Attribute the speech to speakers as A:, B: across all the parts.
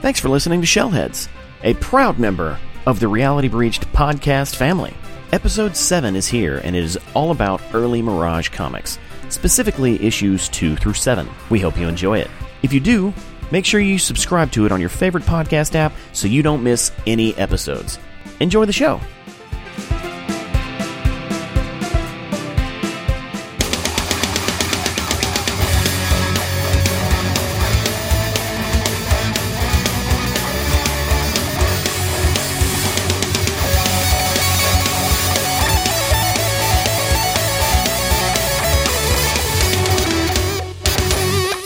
A: Thanks for listening to Shellheads, a proud member of the Reality Breached podcast family. Episode 7 is here, and it is all about early Mirage comics, specifically issues 2 through 7. We hope you enjoy it. If you do, make sure you subscribe to it on your favorite podcast app so you don't miss any episodes. Enjoy the show.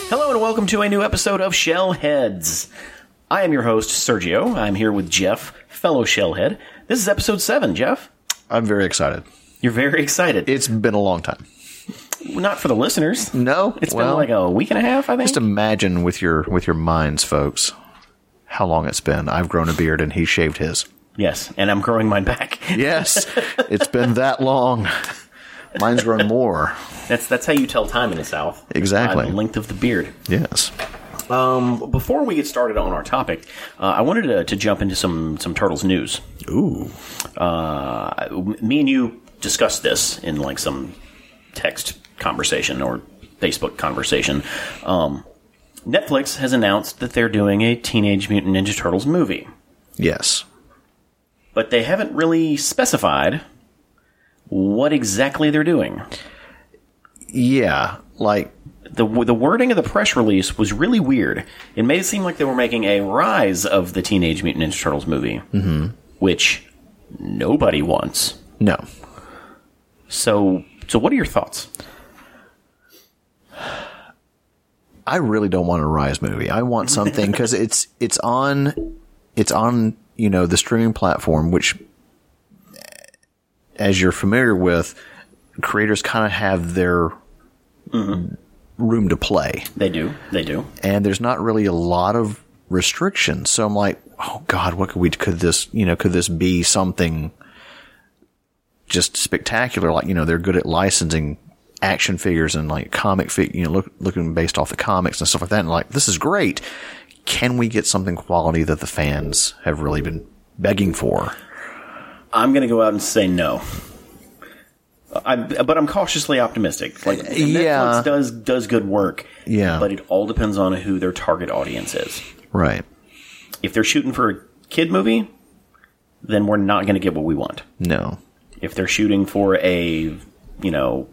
A: Hello and welcome to a new episode of Shellheads. I am your host, Sergio. I'm here with Jeff, fellow Shellhead. This is episode 7, Jeff.
B: I'm very excited.
A: You're very excited.
B: It's been a long time.
A: Not for the listeners.
B: No,
A: It's
B: well,
A: been like a week and a half, I think.
B: just imagine with your with your minds, folks, how long it's been. I've grown a beard and he shaved his.
A: yes, and I'm growing mine back.
B: Yes, it's been that long. Mine's grown more.
A: That's that's how you tell time in the South.
B: Exactly.
A: By the length of the beard.
B: Yes,
A: Um, before we get started on our topic, uh, I wanted to, to jump into some some turtles news.
B: Ooh.
A: Uh, me and you discussed this in like some text conversation or Facebook conversation. Um, Netflix has announced that they're doing a Teenage Mutant Ninja Turtles movie,
B: yes.
A: but they haven't really specified what exactly they're doing.
B: Yeah, like
A: the the wording of the press release was really weird. It made it seem like they were making a rise of the Teenage Mutant Ninja Turtles movie, mm-hmm. which nobody wants.
B: no.
A: So, so what are your thoughts?
B: I really don't want a Rise movie. I want something because it's it's on it's on you know the streaming platform, which, as you're familiar with, creators kind of have their room to play,
A: They do, they do.
B: and there's not really a lot of restrictions. So I'm like, oh God, what could we could this you know could this be something just spectacular? Like you know they're good at licensing action figures and like comic fig you know look looking based off the comics and stuff like that. And like this is great. Can we get something quality that the fans have really been begging for?
A: I'm gonna go out and say no. I, but I'm cautiously optimistic. Like
B: yeah.
A: Netflix does does good work.
B: Yeah.
A: but it all depends on who their target audience is.
B: Right.
A: If they're shooting for a kid movie, then we're not gonna get what we want.
B: No.
A: if they're shooting for a you know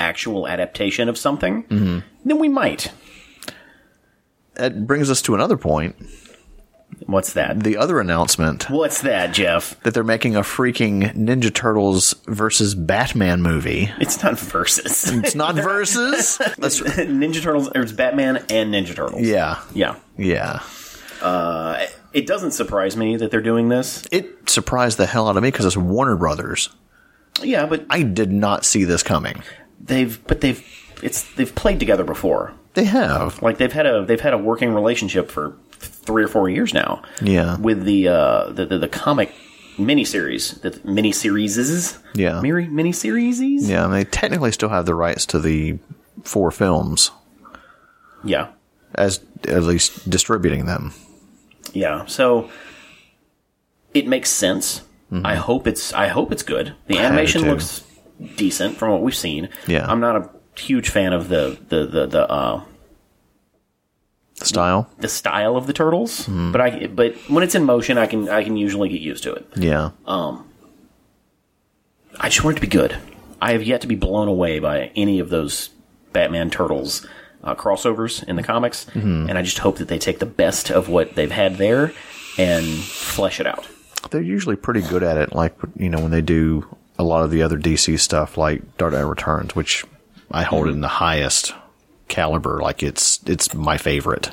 A: actual adaptation of something
B: Mm-hmm.
A: then we might
B: That brings us to another point.
A: what's that
B: The other announcement
A: what's that jeff
B: that they're making a freaking Ninja Turtles versus Batman movie.
A: it's not versus
B: It's not versus. That's
A: ninja turtles or it's batman and ninja turtles
B: yeah,
A: yeah
B: yeah.
A: it doesn't surprise me that they're doing this
B: It surprised the hell out of me because it's Warner Brothers.
A: yeah but
B: I did not see this coming.
A: they've but they've it's they've played together before
B: They have
A: like they've had a they've had a working relationship for three or four years now.
B: Yeah.
A: with the uh, the, the the comic miniseries, the miniseries is
B: Yeah.
A: mini miniseries,
B: yeah. and They technically still have the rights to the four films
A: yeah,
B: as at least distributing them.
A: yeah. So it makes sense.
B: Mm-hmm.
A: I hope it's I hope it's good. The animation
B: too.
A: looks decent from what we've seen.
B: Yeah.
A: I'm not a huge fan of the the the, the uh,
B: Style.
A: the style of the turtles,
B: Mm-hmm.
A: but I but when it's in motion, I can I can usually get used to it.
B: Yeah.
A: I just want it to be good. I have yet to be blown away by any of those Batman Turtles uh, crossovers in the comics,
B: Mm-hmm.
A: and I just hope that they take the best of what they've had there and flesh it out.
B: They're usually pretty good at it. Like you know when they do a lot of the other DC stuff, like Dark Knight Returns, which I hold
A: Mm-hmm.
B: in the highest caliber. Like it's it's my favorite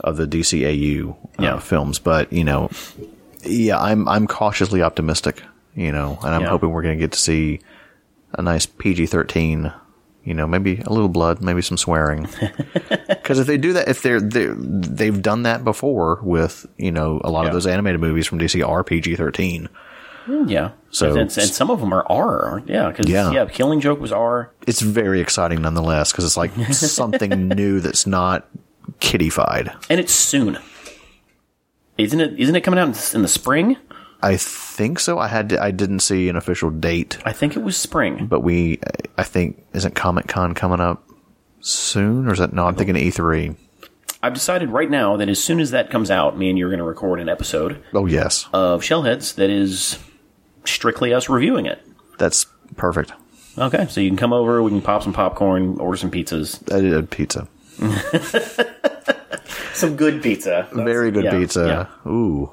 B: of the DCAU uh,
A: Yeah.
B: films. But you know, yeah, I'm I'm cautiously optimistic. You know, and I'm
A: Yeah.
B: hoping we're going to get to see a nice PG-13. You know, maybe a little blood, maybe some swearing. Because if they do that, if they're, they're they've done that before with you know a lot
A: Yeah.
B: of those animated movies from DC are PG-13.
A: Yeah.
B: So-
A: and, and some of them are R. aren't- Yeah, because yeah.
B: Yeah.
A: Killing Joke was R.
B: It's very exciting nonetheless because it's like something new that's not kiddified.
A: and it's soon. Isn't it? Isn't it coming out in s- in the spring?
B: I think so. I had to, I didn't see an official date,
A: I think it was spring.
B: but we I think isn't Comic Con coming up soon or is that no? I'm thinking E three.
A: I've decided right now that as soon as that comes out, me and you are going to record an episode
B: Oh yes,
A: of Shellheads that is strictly us reviewing it.
B: that's perfect.
A: Okay, so you can come over. We can pop some popcorn, order some pizzas,
B: I did a pizza,
A: some good pizza.
B: very good
A: yeah,
B: pizza. Ooh,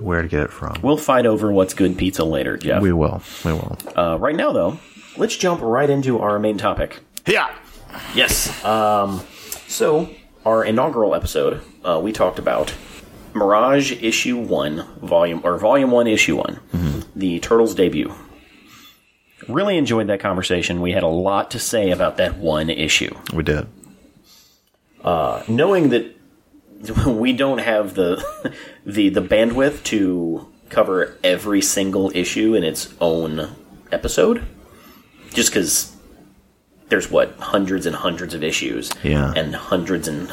B: where to get it from?
A: We'll fight over what's good pizza later, Jeff.
B: we will. We will.
A: Uh, right now, though, let's jump right into our main topic.
B: yeah.
A: Yes. Um, so, our inaugural episode, uh, we talked about Mirage Issue 1, Volume, or Volume 1, Issue one the Turtles debut. Really enjoyed that conversation. We had a lot to say about that one issue.
B: We did.
A: Knowing that we don't have the the the bandwidth to cover every single issue in its own episode, just because there's what hundreds and hundreds of issues,
B: Yeah.
A: and hundreds and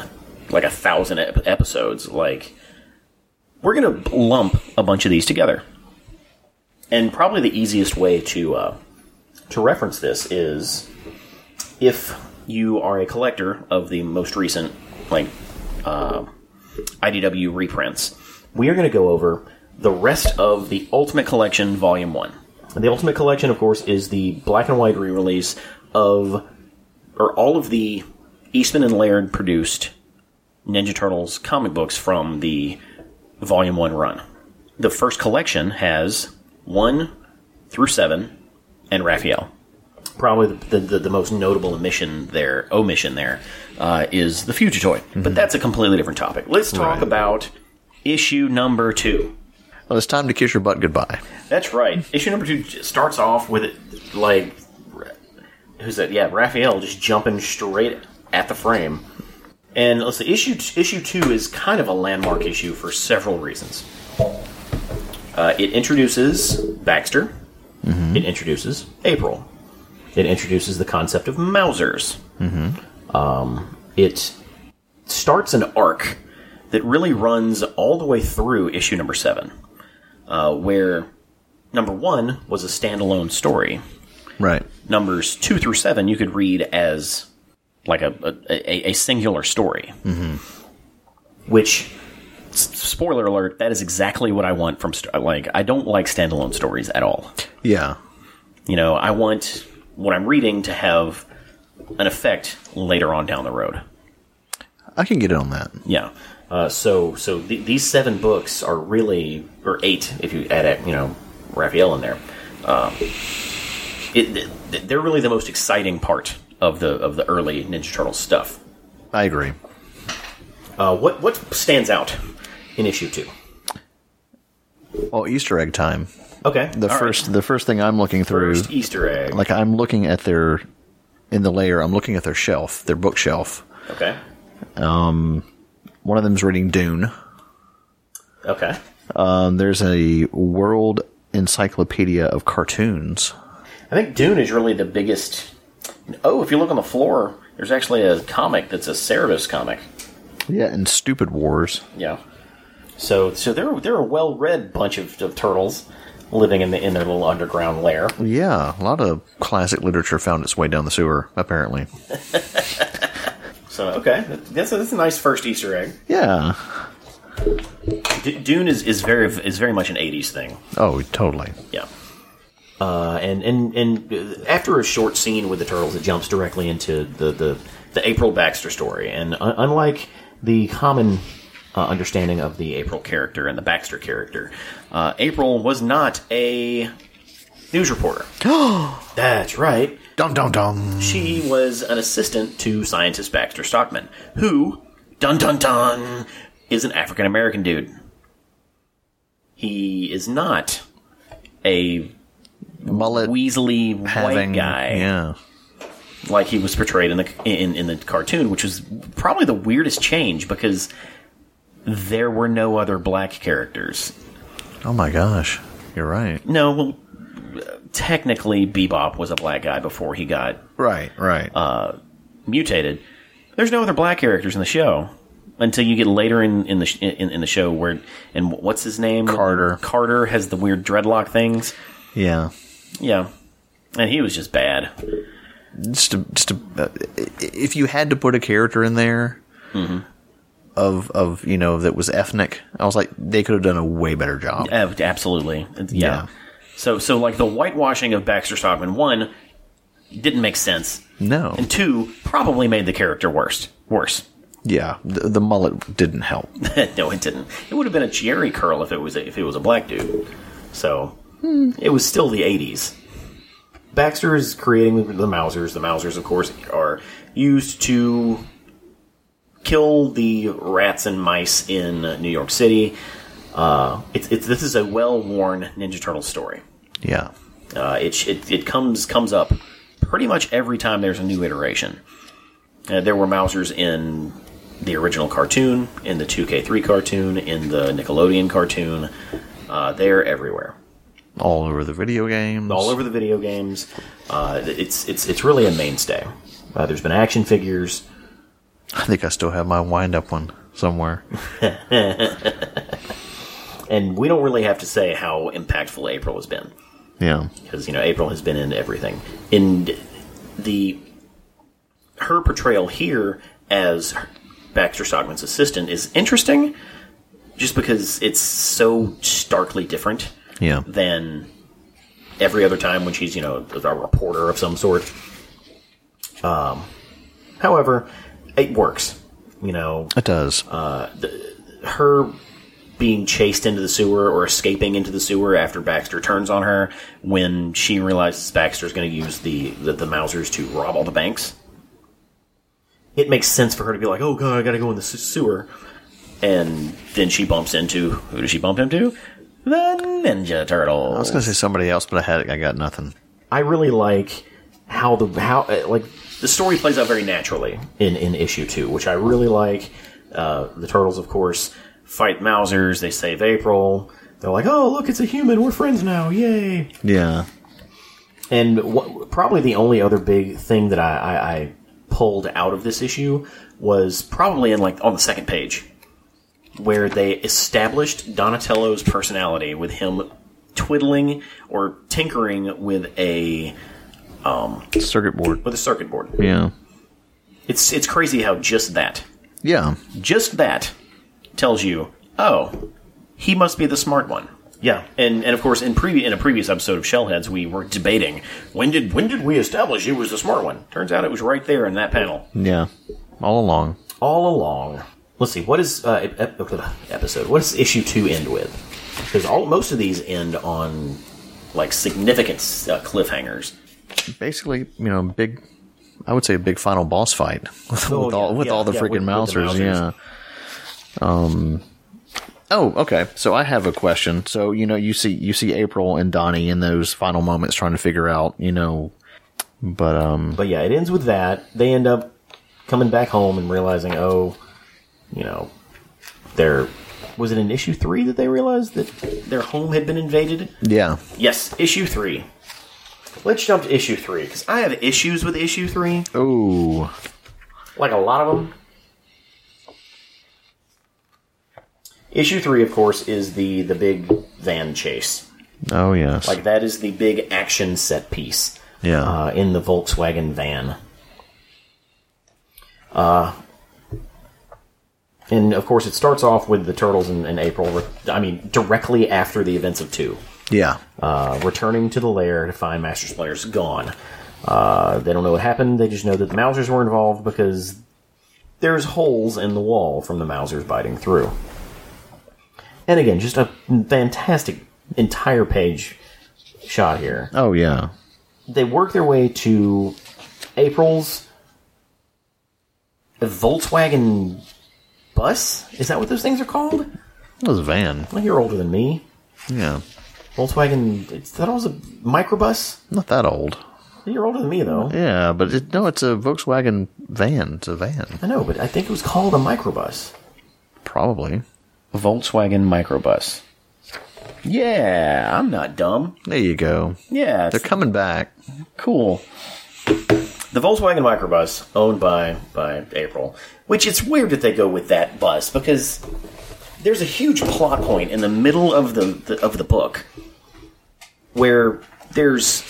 A: like a thousand ep- episodes. Like we're gonna lump a bunch of these together, and probably the easiest way to uh, to reference this is if you are a collector of the most recent like uh, IDW reprints. We are going to go over the rest of the Ultimate Collection Volume 1. The Ultimate Collection, of course, is the black and white re release of, or all of the Eastman and Laird produced Ninja Turtles comic books from the Volume 1 run. The first collection has 1 through 7 and Raphael. Probably the, the, the most notable omission there, omission there, uh, is the Fugitoid. But that's a completely different topic. Let's talk
B: Right.
A: about issue number two.
B: Well, it's time to kiss your butt goodbye.
A: That's right. Issue number two j- starts off with it like who's that? Yeah, Raphael just jumping straight at the frame. And let's see, issue t- issue two is kind of a landmark issue for several reasons. Uh, it introduces Baxter. It introduces April. It introduces the concept of Mausers. Mm-hmm. Um, it starts an arc that really runs all the way through issue number seven uh, where number one was a standalone story.
B: Right.
A: Numbers two through seven you could read as like a a, a- a singular story, mm-hmm. which s- spoiler alert that is exactly what I want from st- like I don't like standalone stories at all.
B: Yeah.
A: You know, I want what I'm reading to have an effect later on down the road.
B: I can get on that.
A: Yeah. Uh, so so th- these seven books are really, or eight if you add you know Raphael in there. Um, it, th- they're really the most exciting part of the of the early Ninja Turtles stuff.
B: I agree.
A: Uh, what what stands out in issue two?
B: Well, Easter egg time.
A: Okay,
B: The
A: all
B: first the first thing I'm looking through
A: right. First Easter egg.
B: like I'm looking at their in the layer, I'm looking at their shelf, their bookshelf.
A: okay,
B: One of them's reading Dune.
A: okay.
B: Um, there's a World Encyclopedia of Cartoons.
A: I think Dune is really the biggest. Oh, if you look on the floor, there's actually a comic that's a Cerebus comic.
B: Yeah, and Stupid Wars.
A: Yeah. So so they're they're a well read bunch of, of turtles living in the in their little underground lair.
B: Yeah, a lot of classic literature found its way down the sewer, apparently.
A: So okay, that's a, that's a nice first Easter egg.
B: Yeah.
A: D- Dune is, is very is very much an '80s thing.
B: Oh, totally.
A: Yeah. Uh, and and and uh, after a short scene with the turtles, it jumps directly into the the, the April Baxter story. And un- unlike the common uh, understanding of the April character and the Baxter character, uh, April was not a news reporter. That's right.
B: Dum dum dum.
A: She was an assistant to scientist Baxter Stockman, who, dun dun dun, is an African American dude. He is not a
B: Mullet
A: weaselly
B: having
A: white guy
B: Yeah.
A: like he was portrayed in the in, in the cartoon, which was probably the weirdest change because there were no other black characters.
B: Oh my gosh. You're right.
A: No, well, technically, Bebop was a black guy before he got
B: Right, right.
A: mutated. There's no other black characters in the show until you get later in in the sh- in, in the show where and what's his name
B: Carter.
A: Carter has the weird dreadlock things.
B: yeah.
A: Yeah, and he was just bad.
B: Just a, just a, uh, i- if you had to put a character in there
A: Mm-hmm.
B: of of you know that was ethnic, I was like they could have done a way better job.
A: Ab- Absolutely. Yeah.
B: Yeah.
A: So so like the whitewashing of Baxter Stockman one didn't make sense.
B: No.
A: And two probably made the character worse. Worse.
B: Yeah, the, the mullet didn't help.
A: no, it didn't. It would have been a Jerry curl if it was a, if it was a black dude. So it was still the '80s. Baxter is creating the Mausers. The Mausers, of course, are used to kill the rats and mice in New York City. Uh, it's, it's, this is a well-worn Ninja Turtle story.
B: Yeah.
A: Uh, it, it it comes comes up pretty much every time there's a new iteration. Uh, there were Mausers in the original cartoon, in the 2K3 cartoon, in the Nickelodeon cartoon. Uh, they're everywhere,
B: All over the video games.
A: all over the video games. Uh, it's it's it's really a mainstay. Uh, there's been action figures.
B: I think I still have my wind up one somewhere.
A: And we don't really have to say how impactful April has been.
B: Yeah.
A: because you know April has been in everything. In the her portrayal here as Baxter Stockman's assistant is interesting, just because it's so starkly different
B: Yeah.
A: than every other time when she's you know a reporter of some sort. Um, however, it works. You know,
B: It does.
A: her being chased into the sewer or escaping into the sewer after Baxter turns on her when she realizes Baxter's going to use the, the the Mausers to rob all the banks. It makes sense for her to be like, "Oh god, I got to go in the se- sewer," and then she bumps into who does she bump into? The Ninja Turtle.
B: I was gonna say somebody else, but I had I got nothing.
A: I really like how the how uh, like the story plays out very naturally in in issue two, which I really like. Uh, the turtles, of course, fight Mausers. They save April. They're like, "Oh, look, it's a human. We're friends now! Yay!"
B: Yeah.
A: And what, probably the only other big thing that I, I, I pulled out of this issue was probably in like on the second page, where they established Donatello's personality with him twiddling or tinkering with a
B: Circuit board.
A: with a circuit board.
B: Yeah.
A: It's it's crazy how just that,
B: Yeah.
A: just that, tells you, oh, he must be the smart one. Yeah, and and of course in previ- in a previous episode of Shellheads, we were debating when did when did we establish he was the smart one? Turns out it was right there in that panel
B: Yeah. All along.
A: all along. Let's see, what is uh, ep- ep- episode? What does issue two end with? Because all most of these end on like significant uh, cliffhangers.
B: Basically, you know, big. I would say a big final boss fight with,
A: Oh,
B: with all
A: yeah,
B: with
A: yeah,
B: all the
A: yeah,
B: freaking
A: with- with the
B: mousers. Yeah. Um. Oh, okay. So I have a question. So you know, you see, you see April and Donnie in those final moments trying to figure out, you know, but um,
A: But yeah, it ends with that. They end up coming back home and realizing, oh, you know, their was it in issue three that they realized that their home had been invaded?
B: yeah,
A: Yes, issue three. Let's jump to issue three because I have issues with issue three,
B: Oh,
A: like a lot of them. Issue three, of course, is the the big van chase.
B: oh yes,
A: Like that is the big action set piece.
B: Yeah.
A: Uh, in the Volkswagen van. Uh, and of course, it starts off with the turtles in, in April. I mean, directly after the events of two,
B: yeah,
A: uh, returning to the lair to find Master Splinter's gone. Uh, they don't know what happened. They just know that the Mausers were involved because there's holes in the wall from the Mausers biting through. And again, just a fantastic entire page shot here
B: oh yeah,
A: they work their way to April's Volkswagen bus. Is that what those things are called?
B: that was a van.
A: Well, you're older than me.
B: Yeah,
A: Volkswagen. It's, that was a microbus.
B: not that old.
A: You're older than me, though.
B: Yeah, but it, no, it's a Volkswagen van. It's a van,
A: I know, but I think it was called a microbus.
B: probably.
A: Volkswagen microbus. Yeah, I'm not dumb.
B: There you go.
A: Yeah,
B: They're
A: it's
B: coming back.
A: cool. The Volkswagen Microbus, owned by by April, which it's weird that they go with that bus because there's a huge plot point in the middle of the, the of the book where there's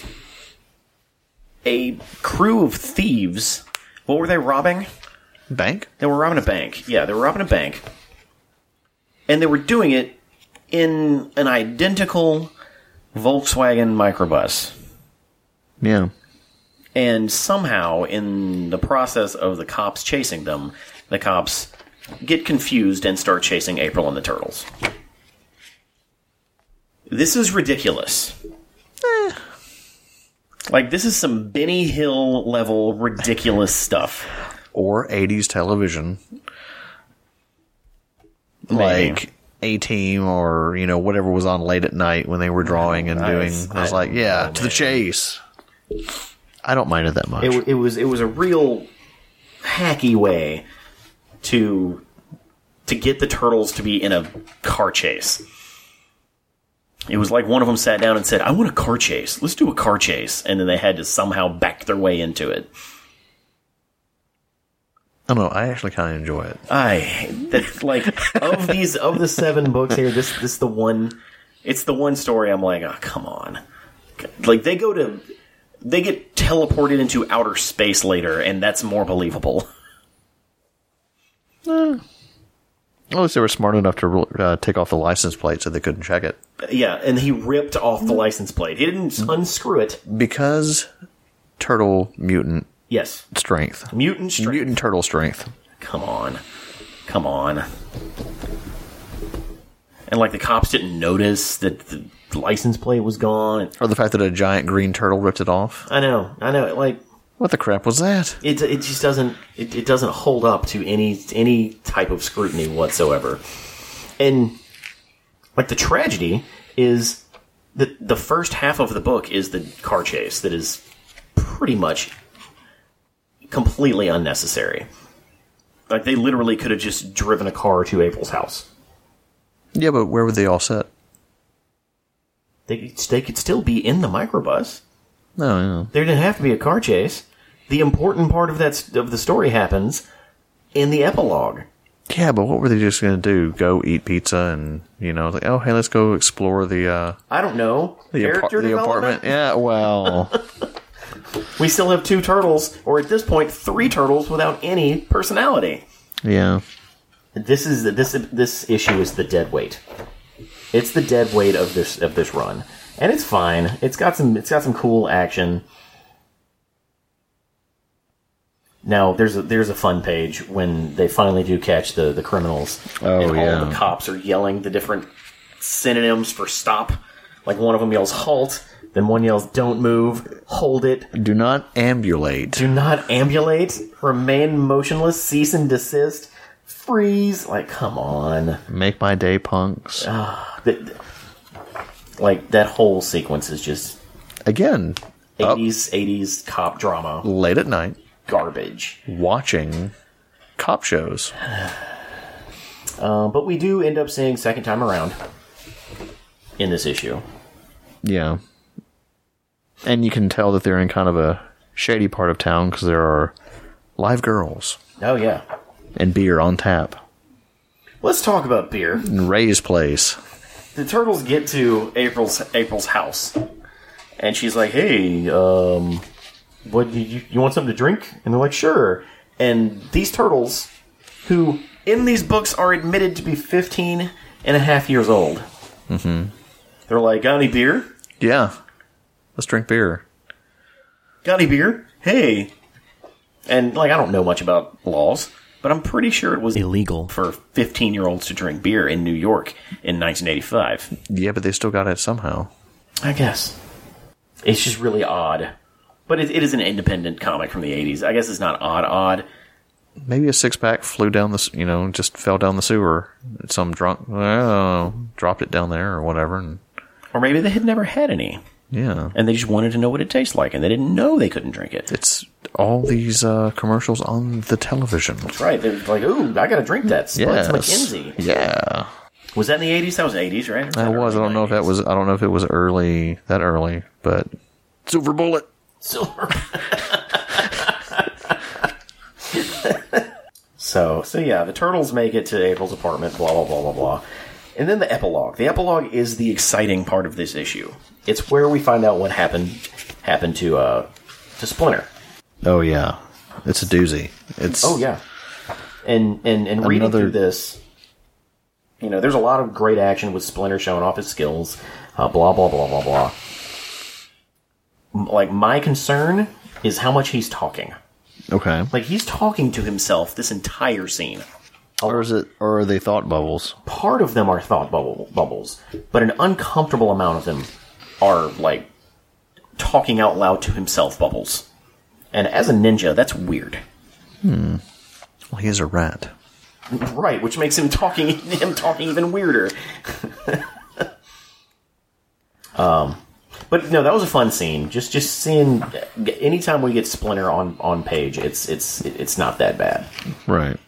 A: a crew of thieves. What were they robbing?
B: Bank?
A: They were robbing a bank. Yeah, they were robbing a bank. And they were doing it in an identical Volkswagen microbus.
B: Yeah.
A: And somehow, in the process of the cops chasing them, the cops get confused and start chasing April and the turtles. This is ridiculous. Eh. Like, this is some Benny Hill level ridiculous stuff.
B: Or 80s television.
A: Maybe.
B: Like A Team or, you know, whatever was on late at night when they were drawing and
A: Nice.
B: doing. I was
A: I-
B: like, yeah,
A: oh, man.
B: to the chase. I don't mind it that much.
A: it, w- it was it was a real hacky way to to get the turtles to be in a car chase. It was like one of them sat down and said, "I want a car chase. Let's do a car chase," and then they had to somehow back their way into it.
B: I don't know. I actually kind of enjoy it.
A: I that like of these of the seven books here, this this the one. It's the one story I'm like, oh come on, like they go to they get teleported into outer space later, and that's more believable.
B: At least they were smart enough to uh, take off the license plate so they couldn't check it.
A: Yeah, and he ripped off the license plate. He didn't unscrew it.
B: Because turtle mutant
A: Yes.
B: strength.
A: Mutant strength.
B: Mutant turtle strength.
A: Come on. Come on. And like the cops didn't notice that the license plate was gone.
B: Or the fact that a giant green turtle ripped it off.
A: I know. I know. Like
B: What the crap was that?
A: it it just doesn't it, it doesn't hold up to any any type of scrutiny whatsoever. And like the tragedy is that the first half of the book is the car chase that is pretty much completely unnecessary. Like they literally could have just driven a car to April's house.
B: Yeah, but where would they all sit?
A: They they could still be in the microbus.
B: No, no.
A: There didn't have to be a car chase. The important part of that s- of the story happens in the epilogue.
B: Yeah, but what were they just going to do? Go eat pizza and, you know, like, oh, hey, let's go explore the uh,
A: I don't know.
B: the, apar-
A: Character
B: the
A: development?
B: apartment. Yeah, well,
A: We still have two turtles, or at this point, three turtles without any personality.
B: yeah.
A: This is the, this this issue is the dead weight. It's the dead weight of this of this run, and it's fine. It's got some it's got some cool action. Now there's a there's a fun page when they finally do catch the the criminals,
B: Oh,
A: and all
B: yeah.
A: the cops are yelling the different synonyms for stop. Like one of them yells halt, then one yells don't move, hold it,
B: Do not ambulate.
A: do not ambulate, remain motionless, cease and desist, freeze. Like, come on.
B: Make my day, punks.
A: Th- th- Like, that whole sequence is just
B: Again, up
A: 80s, 80s cop drama
B: late at night
A: garbage.
B: watching cop shows.
A: Um, but we do end up seeing second time around in this issue.
B: Yeah. And you can tell that they're in kind of a shady part of town because there are live girls
A: Oh, yeah.
B: and beer on tap.
A: Let's talk about beer.
B: And Ray's place.
A: the turtles get to April's April's house, and she's like, "Hey, um, what do you you want something to drink?" And they're like, "Sure." And these turtles, who in these books are admitted to be 15 and a half years old, mm-hmm. they're like, "Got any beer?
B: Yeah. Let's drink beer.
A: Got any beer? Hey!" And like, I don't know much about laws, but I'm pretty sure it was illegal for 15 year olds to drink beer in New York in 1985.
B: Yeah, but they still got it somehow.
A: I guess. It's just really odd. But it, it is an independent comic from the 80s. I guess it's not odd, odd.
B: Maybe a six pack flew down the, s- you know, just fell down the sewer. Some drunk, well, dropped it down there or whatever. And
A: Or maybe they had never had any.
B: yeah.
A: And they just wanted to know what it tastes like, and they didn't know they couldn't drink it.
B: It's all these uh, commercials on the television.
A: That's right. They're like, ooh, I gotta drink that. It's
B: Yes.
A: McKenzie.
B: Yeah.
A: Was that in the eighties? That was eighties, right? Or was that
B: I was.
A: early
B: I don't know if that
A: 90s?
B: was. I don't know if it was early that early, but Silver Bullet.
A: silver. so so yeah, the turtles make it to April's apartment. Blah blah blah blah blah. And then the epilogue. The epilogue is the exciting part of this issue. It's where we find out what happened happened to uh to Splinter.
B: Oh yeah, it's a doozy. It's
A: Oh yeah, and and and reading
B: Another-
A: through this, you know, there's a lot of great action with Splinter showing off his skills, uh, blah blah blah blah blah. M- Like my concern is how much he's talking.
B: okay.
A: Like he's talking to himself this entire scene.
B: Or is it? Or are they thought bubbles?
A: Part of them are thought bubble, bubbles, but an uncomfortable amount of them are like talking out loud to himself bubbles. And as a ninja, that's weird.
B: Well, he is a rat.
A: Right, which makes him talking him talking even weirder. um, but no, that was a fun scene. Just just seeing anytime we get Splinter on on page, it's it's it's not that bad.
B: Right.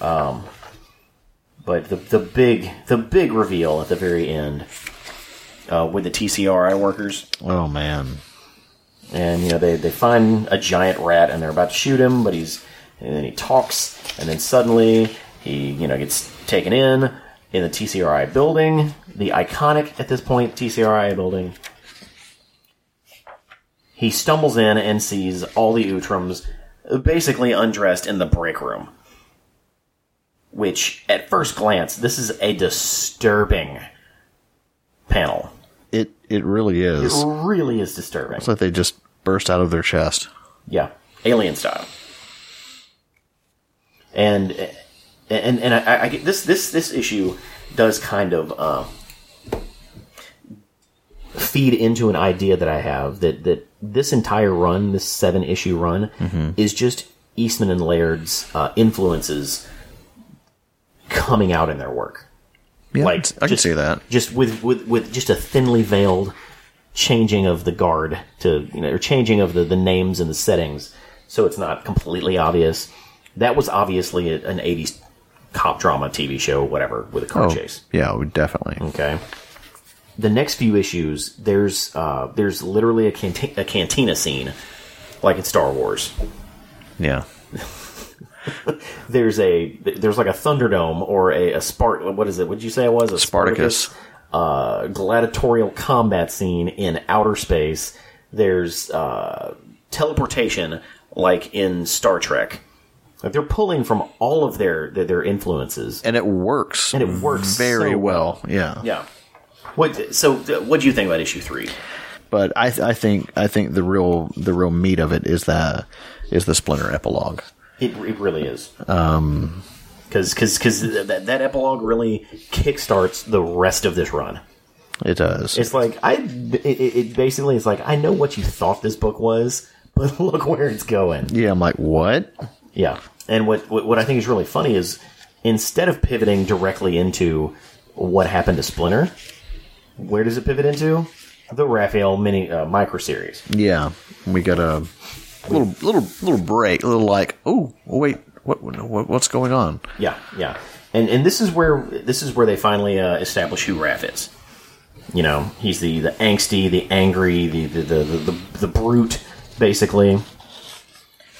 A: But the the big the big reveal at the very end uh, with the TCRI workers.
B: Oh man.
A: and you know they, they find a giant rat and they're about to shoot him but he's and then he talks and then suddenly he you know gets taken in in the tcri building the iconic at this point tcri building he stumbles in and sees all the utrams basically undressed in the break room which at first glance this is a disturbing panel
B: It it really is.
A: it really is disturbing
B: It's like they just burst out of their chest.
A: Yeah, alien style. And and and I, I get this this this issue does kind of uh, feed into an idea that I have that that this entire run, this seven issue run, is just Eastman and Laird's uh, influences coming out in their work
B: Yeah,
A: like
B: I can see that.
A: just with, with with just a thinly veiled changing of the guard to you know or changing of the, the names and the settings so it's not completely obvious that was obviously a, an 80s cop drama tv show whatever with a car
B: Oh,
A: chase Mm.
B: yeah, we definitely.
A: okay the next few issues there's uh there's literally a, cante- a cantina scene like in star wars
B: Yeah.
A: there's a there's like a Thunderdome or a, a Spart what is it? What did you say it was? A
B: Spartacus.
A: uh, gladiatorial combat scene in outer space. There's uh, teleportation like in Star Trek. Like they're pulling from all of their their, their influences.
B: And it works.
A: And it works
B: very
A: so
B: well. Yeah.
A: Yeah. What so uh, what do you think about issue 3?
B: But I th- I think I think the real the real meat of it is that is the Splinter epilogue.
A: It, it really is. Um cuz cuz cuz that, that epilogue really kickstarts the rest of this run.
B: It does.
A: It's like I. It, it it basically is like I know what you thought this book was, but look where it's going.
B: yeah, I'm like, what?
A: Yeah, and what what, what I think is really funny is instead of pivoting directly into what happened to Splinter, where does it pivot into? The Raphael mini uh, micro series.
B: Yeah, we got a little little little break. A little like, oh wait, what, what what's going on?
A: Yeah, yeah, and and this is where this is where they finally uh, establish who Raph is. You know, he's the the angsty, the angry, the the the the, the, the brute, basically.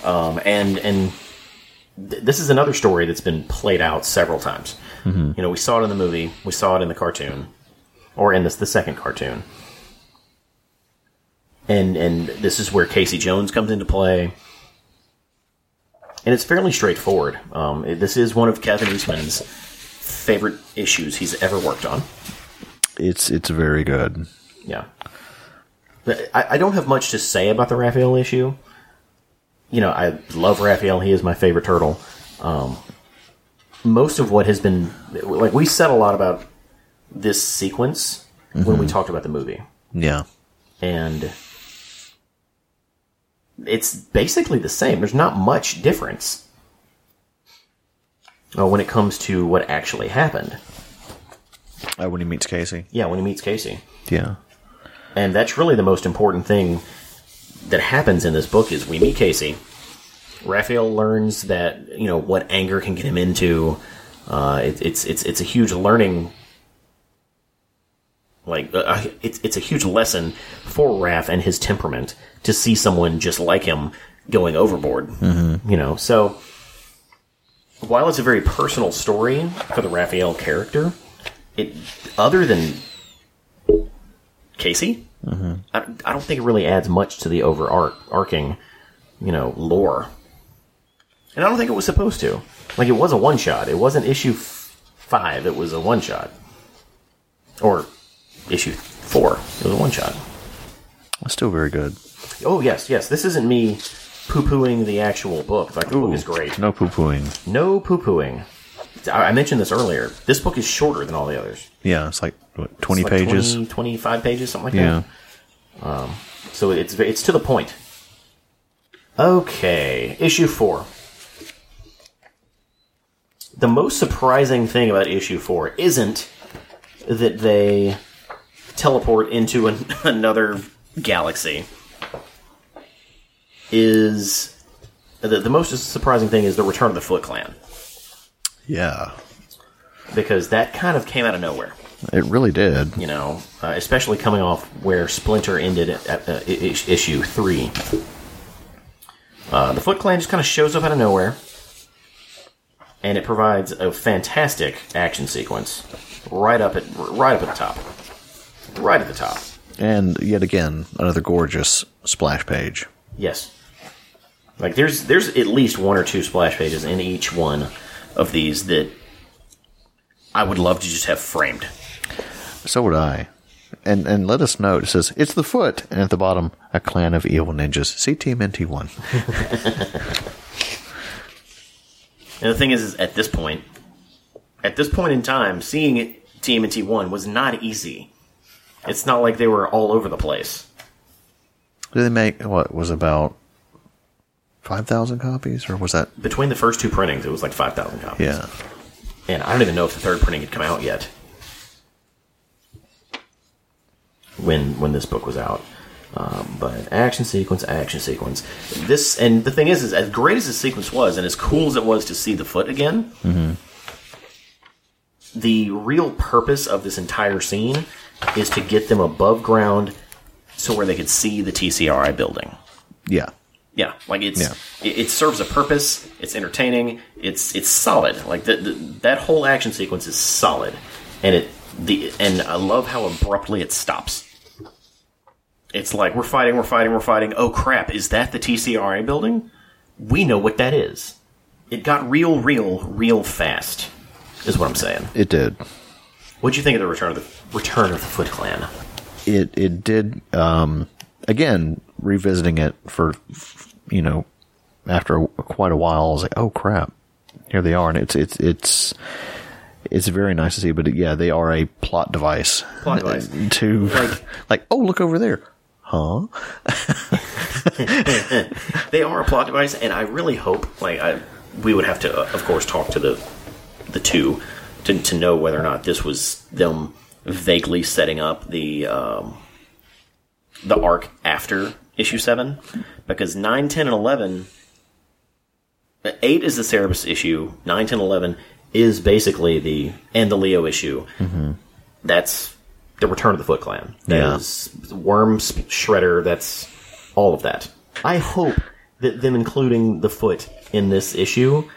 A: Um, and and th- this is another story that's been played out several times. You know, we saw it in the movie, we saw it in the cartoon, or in this the second cartoon. And and this is where Casey Jones comes into play and it's fairly straightforward. Um, it- this is one of Kevin Eastman's favorite issues he's ever worked on.
B: It's it's very good.
A: Yeah, But I, I don't have much to say about the Raphael issue. You know, I love Raphael; he is my favorite turtle. Um, most of what has been like we said a lot about this sequence when we talked about the movie,
B: Yeah,
A: and it's basically the same. There's not much difference uh, when it comes to what actually happened.
B: uh, when he meets Casey.
A: Yeah, when he meets Casey,
B: Yeah,
A: and that's really the most important thing that happens in this book is we meet Casey. Raphael learns that you know what anger can get him into. Uh, it, it's it's it's a huge learning Like uh, I- it's it's a huge lesson for Raph and his temperament to see someone just like him going overboard. You know, so while it's a very personal story for the Raphael character, it other than Casey,
B: Mm-hmm.
A: I, I don't think it really adds much to the overarching, you know, lore. And I don't think it was supposed to. Like it was a one shot. It wasn't issue f- five. It was a one shot, or issue four. It was a one shot.
B: It's still very good.
A: Oh yes, yes. This isn't me poo pooing the actual book. Like the book is great.
B: No poo pooing.
A: No poo pooing. I I mentioned this earlier. This book is shorter than all the others.
B: Yeah, it's like what, twenty
A: It's like
B: pages.
A: 20, 25 pages, something like
B: Yeah.
A: that. So it's ve- it's to the point. Okay, issue four. The most surprising thing about issue four isn't that they teleport into an, another galaxy. Is the, the most surprising thing is the return of the Foot Clan
B: Yeah.
A: because that kind of came out of nowhere.
B: It really did.
A: you know, uh, especially coming off where Splinter ended at, at uh, i- i- issue three. Uh, the Foot Clan just kind of shows up out of nowhere, and it provides a fantastic action sequence right up at right up at the top, right at the top.
B: And yet again, another gorgeous splash page.
A: Yes. Like there's there's at least one or two splash pages in each one of these that I would love to just have framed.
B: So would I. And and let us know. It says it's the foot, and at the bottom, a clan of evil ninjas. CTMNT one.
A: And the thing is, is at this point, at this point in time, seeing it, TMNT one was not easy. It's not like they were all over the place.
B: Did they make what was about five thousand copies, or was that?
A: Between the first two printings, it was like five thousand copies.
B: Yeah,
A: and I don't even know if the third printing had come out yet. When when this book was out, um, but action sequence, action sequence. This and the thing is, is as great as the sequence was, and as cool as it was to see the foot again, the real purpose of this entire scene is to get them above ground, so where they could see the TCRI building.
B: yeah.
A: Yeah, like it's
B: Yeah.
A: it, it serves a purpose. It's entertaining. It's it's solid. Like the, the, that whole action sequence is solid, and it the and I love how abruptly it stops. It's like we're fighting, we're fighting, we're fighting. Oh crap! Is that the TCRA building? We know what that is. It got real, real, real fast. Is what I'm saying.
B: It did.
A: What'd you think of the return of the return of the Foot Clan?
B: It it did. Um, again, revisiting it for you know after a, quite a while, I was like, oh crap, here they are, and it's it's it's it's very nice to see. But yeah, they are a plot device.
A: Plot device.
B: to
A: Like-
B: like like oh look over there, huh?
A: they are a plot device, and I really hope like I we would have to, uh, of course, talk to the the two to to know whether or not this was them vaguely setting up the um, the arc after issue seven, because nine, ten, and eleven. Eight is the Cerebus issue. Nine, ten, eleven is basically the and the Leo issue. That's the Return of the Foot Clan.
B: Yeah.
A: That's Worm Sp- Shredder. That's all of that. I hope that them including the foot in this issue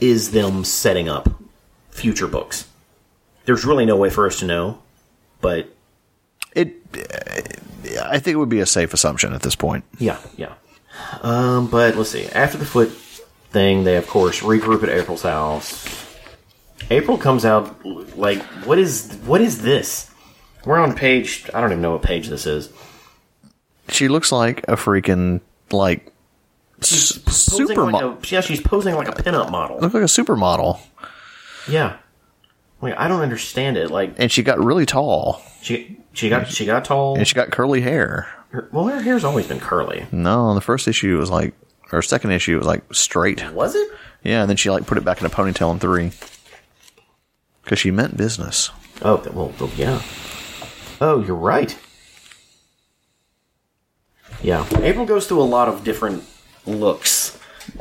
A: is them setting up future books. There's really no way for us to know, but
B: It. I think it would be a safe assumption at this point.
A: yeah, yeah. Um, but let's see. After the foot thing, they of course regroup at April's house. April comes out like, what is what is this? We're on page. I don't even know what page this is.
B: She looks like a freaking like s-
A: Posing like
B: supermodel.
A: a- yeah, she's posing like a pinup model.
B: Look like a supermodel,
A: Yeah. Like I don't understand it. Like
B: and she got really tall,
A: she she got she got tall.
B: and she got curly hair.
A: Her- well, her hair's always been curly.
B: No, the first issue was like, or second issue was like straight.
A: Was it?
B: Yeah, and then she like put it back in a ponytail in three, because she meant business.
A: Oh, th- well, th- yeah. Oh, you're right. Yeah. April goes through a lot of different looks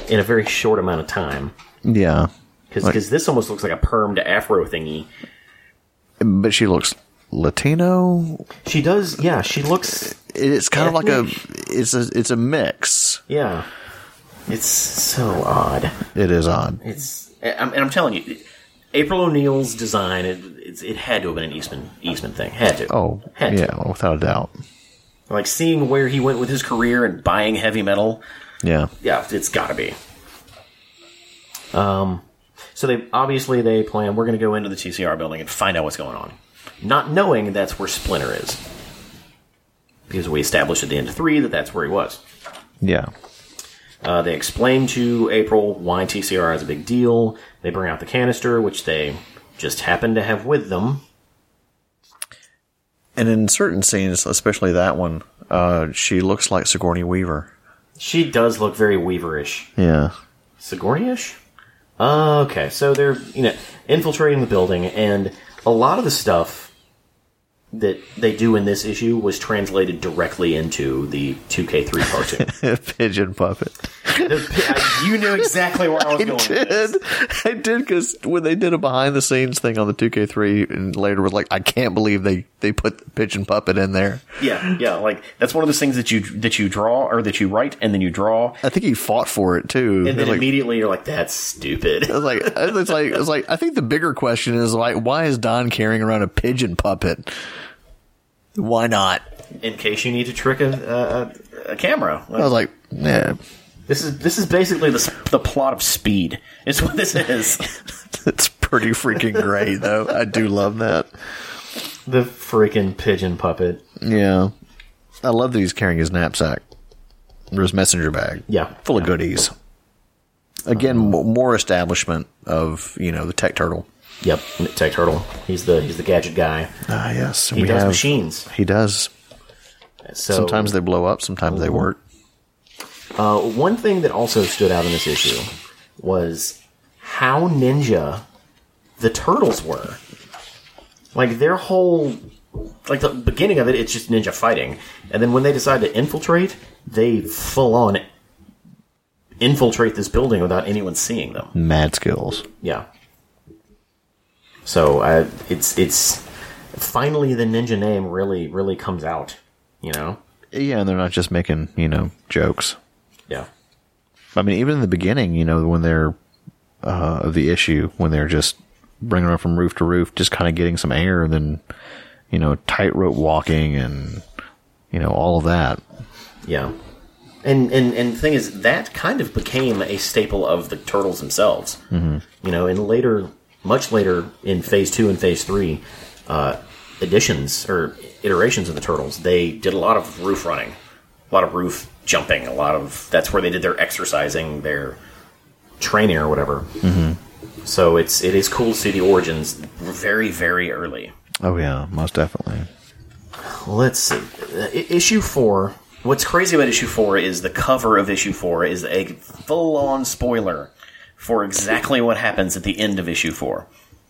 A: in a very short amount of time.
B: Yeah,
A: Because this almost looks like a permed afro thingy.
B: but she looks Latino.
A: She does. Yeah, she looks.
B: It's kind of like a it's a it's a mix.
A: Yeah, it's so odd.
B: It is odd.
A: It's I'm, and I'm telling you, April O'Neil's design. It, it's it had to have been an Eastman Eastman thing. Had to.
B: Oh
A: had to.
B: yeah, without a doubt.
A: Like seeing where he went with his career and buying heavy metal.
B: Yeah,
A: yeah, it's got to be. Um, so they obviously they plan we're going to go into the TCR building and find out what's going on, not knowing that's where Splinter is, because we established at the end of three that that's where he was.
B: yeah,
A: Uh, they explain to April why TCR is a big deal. They bring out the canister, which they just happen to have with them.
B: and in certain scenes, especially that one, uh, she looks like Sigourney Weaver.
A: She does look very Weaverish.
B: Yeah,
A: Sigourney-ish? Uh, okay, so they're you know infiltrating the building, and a lot of the stuff that they do in this issue was translated directly into the 2K3 cartoon.
B: pigeon puppet.
A: The- you knew exactly where I was
B: I
A: going.
B: did. I did because when they did a behind the scenes thing on the 2K3 and later was like, I can't believe they, they put the pigeon puppet in there.
A: Yeah, yeah, like that's one of those things that you that you draw or that you write and then you draw,
B: I think he fought for it too.
A: and then
B: like,
A: immediately you're like, that's stupid.
B: it's like it's like it's like I think the bigger question is like why is Don carrying around a pigeon puppet? Why not?
A: In case you need to trick a a, a camera,
B: I was like, yeah,
A: this is this is basically the s- the plot of Speed. It's what this is.
B: it's pretty freaking great though. I do love that.
A: the freaking pigeon puppet.
B: Yeah, I love that he's carrying his knapsack or his messenger bag.
A: Yeah.
B: full of goodies. Again, mo- more establishment of you know the tech turtle.
A: Yep, Tech Turtle. He's the he's the gadget guy.
B: Ah, yes,
A: He does machines.
B: He does.
A: So
B: Sometimes they blow up. Sometimes they work.
A: uh, one thing that also stood out in this issue was how ninja the turtles were. Like their whole, like the beginning of it, it's just ninja fighting, and then when they decide to infiltrate, they full on infiltrate this building without anyone seeing them.
B: Mad skills.
A: Yeah. So uh, it's it's finally the ninja name really really comes out. You know.
B: Yeah, and they're not just making you know jokes.
A: Yeah.
B: I mean, even in the beginning, you know, when they're uh, of the issue, when they're just bringing them from roof to roof, just kind of getting some air, and then you know, tightrope walking, and you know, all of that.
A: Yeah. And and and the thing is that kind of became a staple of the turtles themselves. Mm-hmm. You know, and later, much later in phase two and phase three, uh, editions or iterations of the turtles, they did a lot of roof running, a lot of roof jumping, a lot of that's where they did their exercising, their training or whatever. Mm-hmm. So it's it is cool to see the origins very very early.
B: Oh yeah, most definitely.
A: Let's see. Uh, i- issue four. What's crazy about issue four is the cover of issue four is a full on spoiler for exactly what happens at the end of issue four.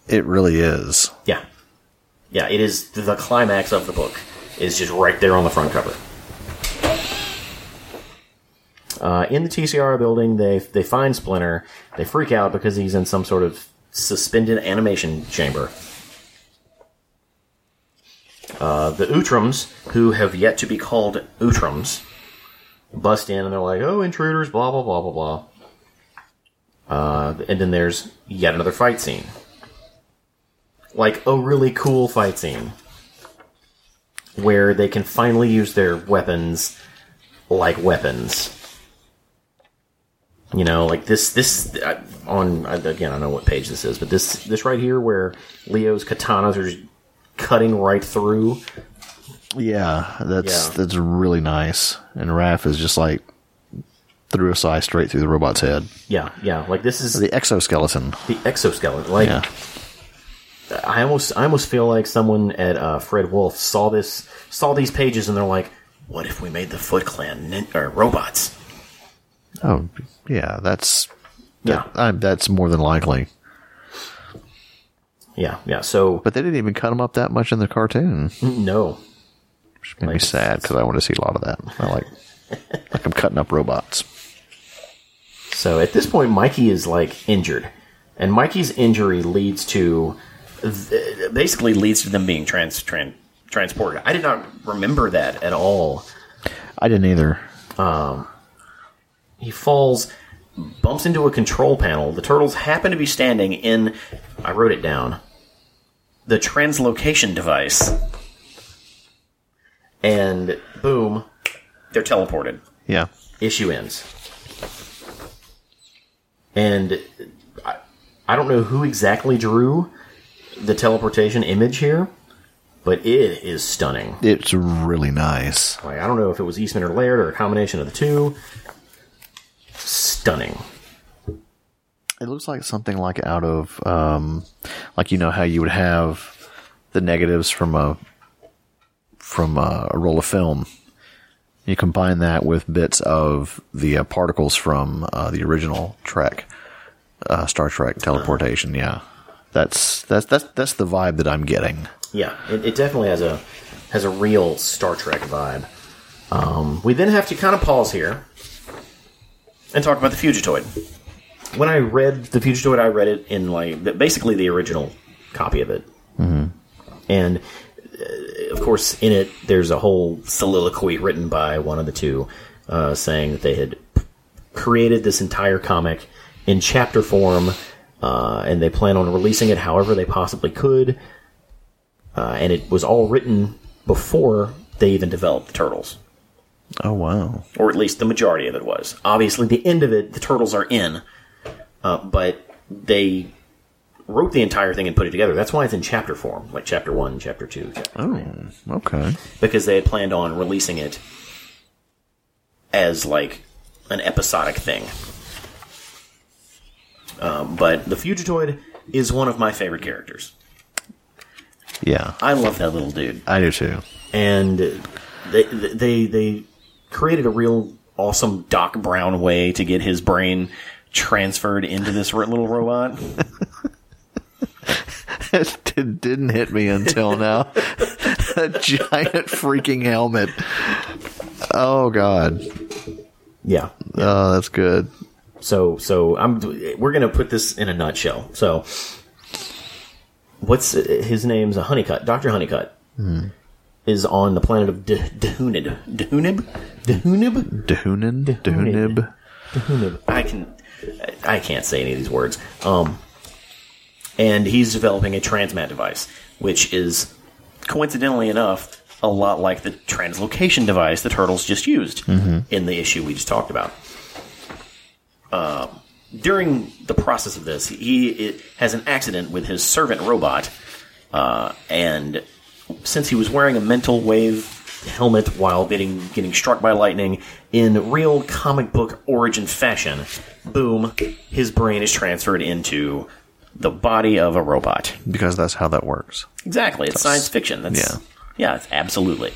B: It really is.
A: Yeah. Yeah, it is the climax of the book, is just right there on the front cover. Uh, in the TCR building, they, they find Splinter. They freak out because he's in some sort of suspended animation chamber. Uh, the Utrams, who have yet to be called Utrams, bust in and they're like, oh, intruders, blah, blah, blah, blah, blah. Uh, and then there's yet another fight scene like a really cool fight scene where they can finally use their weapons like weapons. You know, like this this uh, on I- again I don't know what page this is, but this this right here where Leo's katanas are just cutting right through.
B: Yeah, that's
A: Yeah.
B: that's really nice. And Raph is just like through a sigh straight through the robot's head.
A: Yeah, yeah, like this is
B: The exoskeleton.
A: the exoskeleton. Like
B: Yeah.
A: I almost I almost feel like someone at uh, Fred Wolf saw this saw these pages and they're like, what if we made the Foot Clan nin- or robots?
B: Oh, yeah, that's
A: Yeah.
B: I, that's more than likely.
A: Yeah, yeah. So
B: But they didn't even cut him up that much in the cartoon,
A: no,
B: which made me sad because I want to see a lot of that. I like like I'm cutting up robots.
A: So at this point, Mikey is like injured, and Mikey's injury leads to th- basically leads to them being trans, tran transported. I did not remember that at all.
B: I didn't either.
A: He falls, bumps into a control panel. The turtles happen to be standing in. I wrote it down. The translocation device. And boom, they're teleported.
B: Yeah.
A: Issue ends. And I, I don't know who exactly drew the teleportation image here, but it is stunning.
B: It's really nice.
A: Like, I don't know if it was Eastman or Laird or a combination of the two. Stunning.
B: It looks like something like out of, um, like you know how you would have the negatives from a from a, a roll of film. You combine that with bits of the uh, particles from uh, the original Trek, uh, Star Trek teleportation. Yeah, that's that's that's that's the vibe that I'm getting.
A: Yeah, it, it definitely has a has a real Star Trek vibe. Um, we then have to kind of pause here and talk about the Fugitoid. When I read the Fugitoid, I read it in like the- basically the original copy of it, and uh, of course, in it there's a whole soliloquy written by one of the two, uh, saying that they had created this entire comic in chapter form, uh, and they plan on releasing it however they possibly could uh, and it was all written before they even developed the turtles,
B: Oh wow!
A: or at least the majority of it was. Obviously, the end of it, the turtles are in, uh, but they wrote the entire thing and put it together. That's why it's in chapter form, like chapter one, chapter two, chapter,
B: Okay.
A: because they had planned on releasing it as like an episodic thing. Um, but the Fugitoid is one of my favorite characters.
B: Yeah,
A: I love that little dude.
B: I do too.
A: and they they they created a real awesome Doc Brown way to get his brain transferred into this r- little robot.
B: it did- didn't hit me until now. a giant freaking helmet. Oh god.
A: Yeah.
B: Oh, that's good.
A: So so I'm we're gonna put this in a nutshell. So what's his name's a Honeycutt? Doctor Honeycutt is on the planet of D- Dehunib. Dehunib. Dehunib.
B: Dehunin, Dehunib.
A: I can I can't say any of these words. Um, and he's developing a transmat device, which is coincidentally enough a lot like the translocation device the turtles just used in the issue we just talked about. Uh, during the process of this, he it, has an accident with his servant robot, uh, and since he was wearing a mental wave helmet while getting getting struck by lightning in real comic book origin fashion, boom, his brain is transferred into the body of a robot.
B: Because that's how that works.
A: Exactly. It's science fiction. That's, yeah.
B: yeah.
A: Yeah, it's absolutely.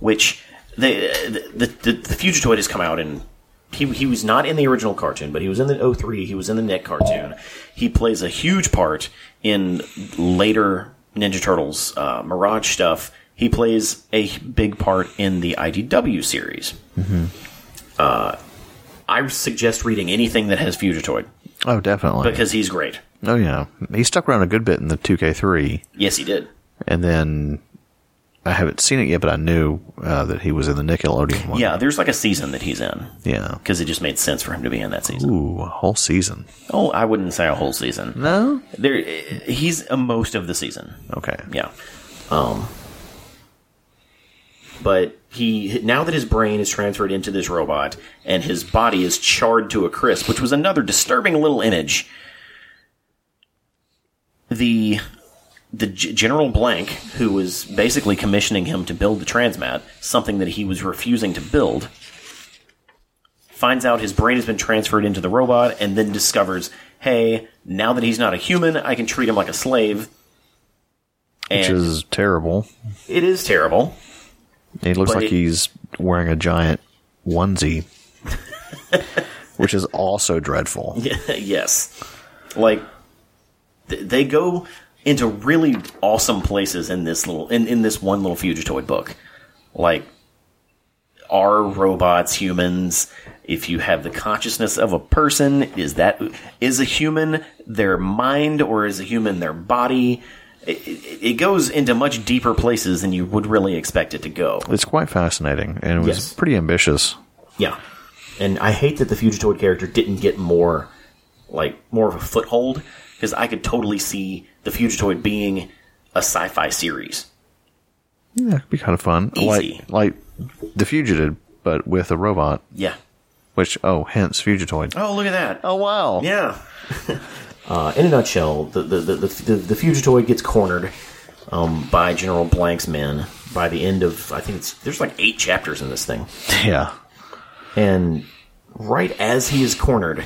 A: Which they, the, the the the Fugitoid has come out and he he was not in the original cartoon, but he was in the 03, he was in the Nick cartoon. He plays a huge part in later Ninja Turtles uh, Mirage stuff. He plays a big part in the IDW series. Uh, I suggest reading anything that has Fugitoid
B: Oh, definitely.
A: because he's great.
B: oh, yeah. He stuck around a good bit in the 2K3,
A: Yes, he did.
B: and then I haven't seen it yet, but I knew uh, that he was in the Nickelodeon one.
A: Yeah, there's like a season that he's in.
B: Yeah.
A: because it just made sense for him to be in that season.
B: Ooh, a whole season.
A: Oh, I wouldn't say a whole season.
B: No?
A: There, he's a most of the season.
B: Okay.
A: Yeah. Um, but he now that his brain is transferred into this robot and his body is charred to a crisp, which was another disturbing little image. The the G- General Blank, who was basically commissioning him to build the transmat, something that he was refusing to build, finds out his brain has been transferred into the robot and then discovers, hey, now that he's not a human, I can treat him like a slave.
B: Which
A: And-
B: is terrible.
A: it is terrible.
B: He looks
A: But
B: like
A: it-
B: he's wearing a giant onesie, which is also dreadful.
A: yes. Like th- they go into really awesome places in this little in, in this one little fugitoid book. Like are robots humans? If you have the consciousness of a person, is that is a human their mind or is a human their body? It, it, it goes into much deeper places than you would really expect it to go.
B: It's quite fascinating and it was
A: Yes.
B: pretty ambitious.
A: Yeah, and I hate that the Fugitoid character didn't get more, like more of a foothold because I could totally see the Fugitoid being a sci-fi series.
B: Yeah, it'd be kind of fun.
A: Easy.
B: Like like the fugitive, but with a robot.
A: Yeah.
B: Which oh, hence fugitoid.
A: Oh, look at that.
B: Oh wow.
A: Yeah. uh, in a nutshell, the the, the, the, the the Fugitoid gets cornered um, by General Blank's men by the end of I think it's there's like eight chapters in this thing,
B: Yeah.
A: and right as he is cornered,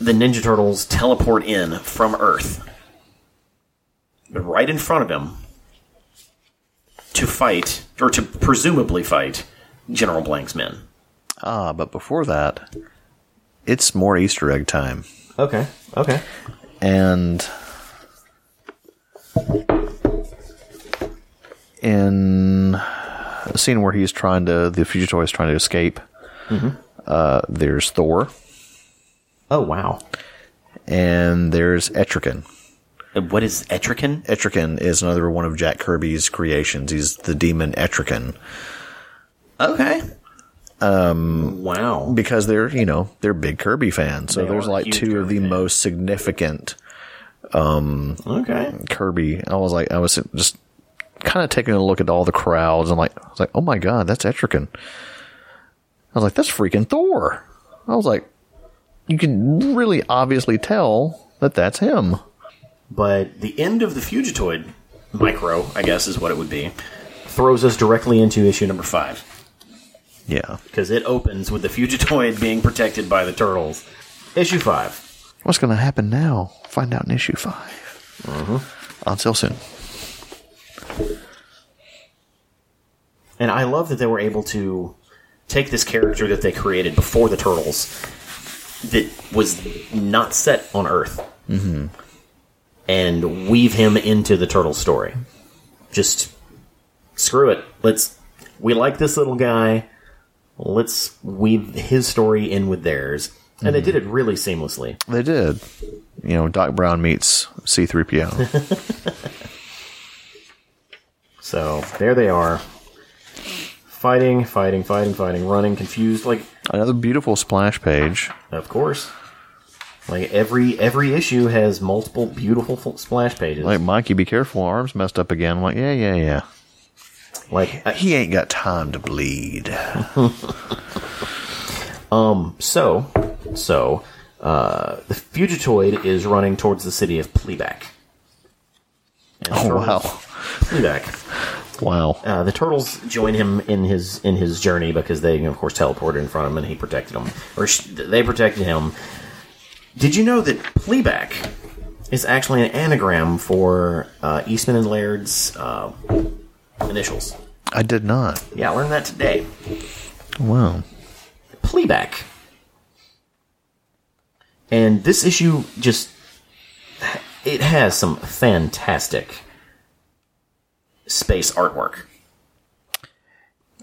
A: the Ninja Turtles teleport in from Earth, right in front of him, to fight or to presumably fight General Blank's men.
B: Ah, but before that, it's more Easter egg time.
A: Okay. Okay.
B: and in a scene where he's trying to the fugitoid is trying to escape
A: Mm-hmm.
B: uh, there's thor
A: Oh wow.
B: and there's etrigan
A: And Uh, What is Etrican?
B: etrigan is another one of jack kirby's creations he's the demon etrigan
A: Okay. Um. Wow.
B: because they're you know they're big kirby fans so
A: They
B: there's
A: are
B: like
A: huge
B: two of
A: Kirby
B: the
A: fans.
B: most significant
A: Okay.
B: kirby i was like i was just kind of taking a look at all the crowds. I'm like, I was like, oh my god, that's Etrigan. I was like, that's freaking Thor. I was like, you can really obviously tell that that's him.
A: But the end of the Fugitoid micro, I guess, is what it would be, throws us directly into issue number five
B: Yeah.
A: because it opens with the Fugitoid being protected by the turtles. Issue five.
B: What's going to happen now? Find out in issue 5 On sale soon.
A: And I love that they were able to take this character that they created before the Turtles that was not set on Earth and weave him into the Turtle story. Just screw it. Let's. We like this little guy. Let's weave his story in with theirs. And they did it really seamlessly.
B: They did. You know, Doc Brown meets C3PO.
A: So there they are. Fighting, fighting, fighting, fighting, running, confused. Like,
B: Another beautiful splash page.
A: Of course. Like every every issue has multiple beautiful fl- splash pages.
B: Like,
A: Like,
B: Mikey, be careful. Arms messed up again. I'm like, yeah, yeah, yeah.
A: I-
B: He ain't got time to bleed.
A: so, so uh, the fugitoid is running towards the city of Plebac. And the
B: Oh,
A: turtles-
B: wow.
A: Plebac.
B: Wow.
A: Uh, the turtles join him in his in his journey because they, of course, teleported in front of him and he protected them, or sh- they protected him. Did you know that Plebac is actually an anagram for uh, Eastman and Laird's uh, initials?
B: I did not.
A: Yeah, I learned that today.
B: Wow.
A: Playback. And this issue just it has some fantastic space artwork.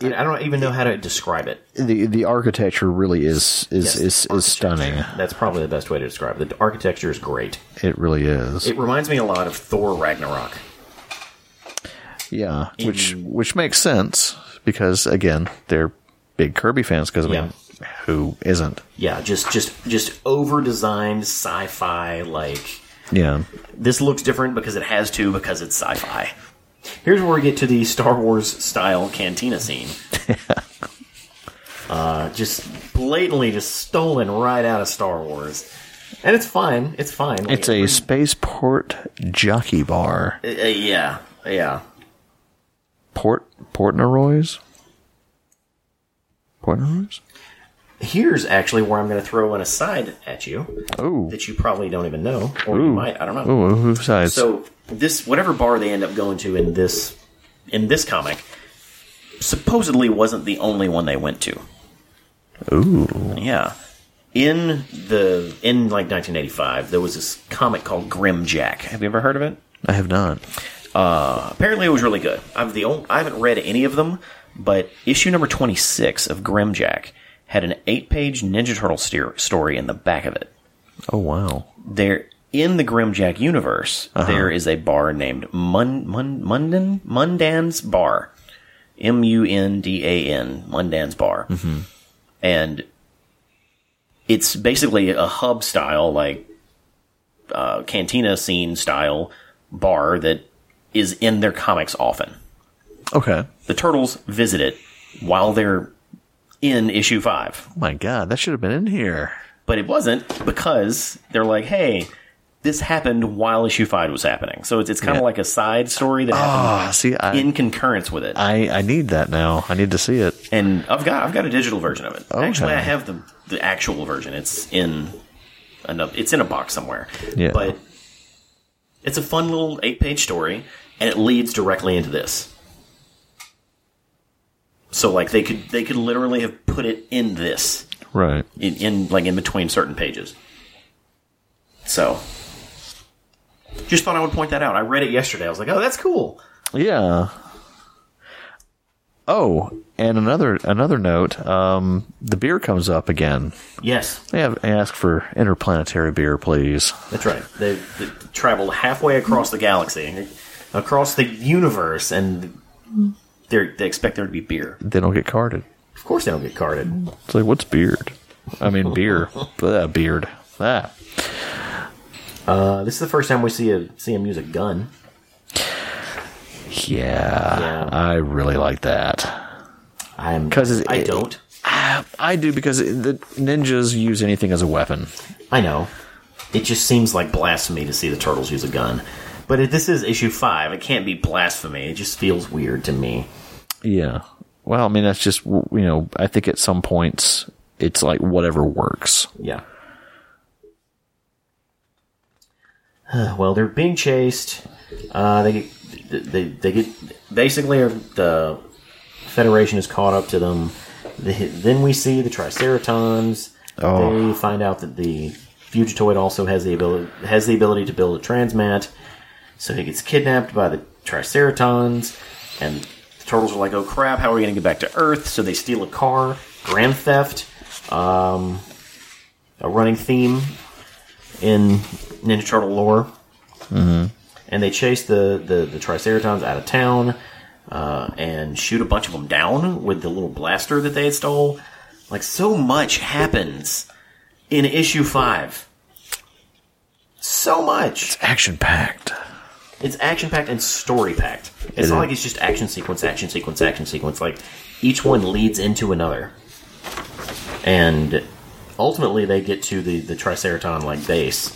A: I I don't even know how to describe it.
B: The the architecture really is is
A: Yes,
B: is, is stunning.
A: That's probably the best way to describe it. The architecture is great.
B: It really is.
A: It reminds me a lot of Thor Ragnarok.
B: yeah, which which makes sense because again, they're big Kirby fans because I mean, who isn't?
A: Yeah, just just just over designed sci-fi like
B: Yeah.
A: this looks different because it has to because it's sci-fi. Here's where we get to the Star Wars style cantina scene. uh, just blatantly just stolen right out of Star Wars. And it's fine. It's fine. Like,
B: It's a spaceport jockey bar.
A: uh, yeah. Yeah.
B: Port Portneroy's? Portneroy's?
A: Here's actually where I'm going to throw an aside at you
B: Oh.
A: that you probably don't even know or you might, I don't know.
B: Oh, who sides?
A: So this whatever bar they end up going to in this in this comic supposedly wasn't the only one they went to.
B: Ooh.
A: Yeah. In the in like 1985, there was this comic called Grim Jack. Have you ever heard of it?
B: I have not.
A: Apparently, it was really good. I've the only, I haven't read any of them, But issue number 26 of Grimjack had an eight page Ninja Turtle steer- story in the back of it.
B: Oh wow.
A: There, in the Grimjack universe, there is a bar named Mun, Mun, Mundan, Mundan's Bar. M U N D A N, Mundan's Bar. And it's basically a hub style, like uh, cantina scene style bar that is in their comics often
B: Okay.
A: the turtles visit it while they're in issue five.
B: Oh my god, that should have been in here.
A: But it wasn't because they're like, hey, this happened while issue five was happening. So it's, it's kind of
B: Yeah.
A: like a side story that happened
B: Ah, see, I,
A: in concurrence with it.
B: I I need that now. I need to see it.
A: and I've got I've got a digital version of it. Actually,
B: Okay.
A: I have the the actual version. It's in another. It's in a box somewhere.
B: Yeah.
A: But it's a fun little eight page story, and it leads directly into this. So like they could they could literally have put it in this
B: Right.
A: in, in like in between certain pages. So just thought I would point that out. I read it yesterday. I was like, oh, that's cool.
B: Yeah. Oh, and another another note. Um, the beer comes up again.
A: Yes,
B: They have asked for interplanetary beer, please.
A: That's right. They, they traveled halfway across the galaxy, across the universe, and they're, they expect there to be beer.
B: They don't get carded.
A: Of course, they don't get carded.
B: It's like what's beard? I mean beer. Blah, beard. Ah.
A: Uh, this is the first time we see a see him use a gun.
B: Yeah,
A: Yeah.
B: I really like that.
A: I'm
B: 'Cause it's-
A: I don't.
B: I do because the ninjas use anything as a weapon.
A: I know. It just seems like blasphemy to see the turtles use a gun. But if this is issue five, it can't be blasphemy. It just feels weird to me.
B: Yeah. Well, I mean that's just you know I think at some points it's like whatever works.
A: Yeah. Uh, well, they're being chased. Uh, they get they they get basically uh, the Federation is caught up to them. The, then we see the Triceratons.
B: Oh.
A: They find out that the fugitoid also has the ability has the ability to build a transmat. So he gets kidnapped by the Triceratons, and the turtles are like, "Oh crap! How are we going to get back to Earth?" So they steal a car. Grand theft. Um, a running theme in Ninja Turtle lore. Mm-hmm. And they chase the, the, the Triceratons out of town uh, and shoot a bunch of them down with the little blaster that they had stole. Like, so much happens in issue five. So much.
B: Action packed.
A: It's action packed and story packed. It's not
B: It is.
A: like it's just action sequence, action sequence, action sequence. Like each one leads into another, and ultimately they get to the the Triceraton like base,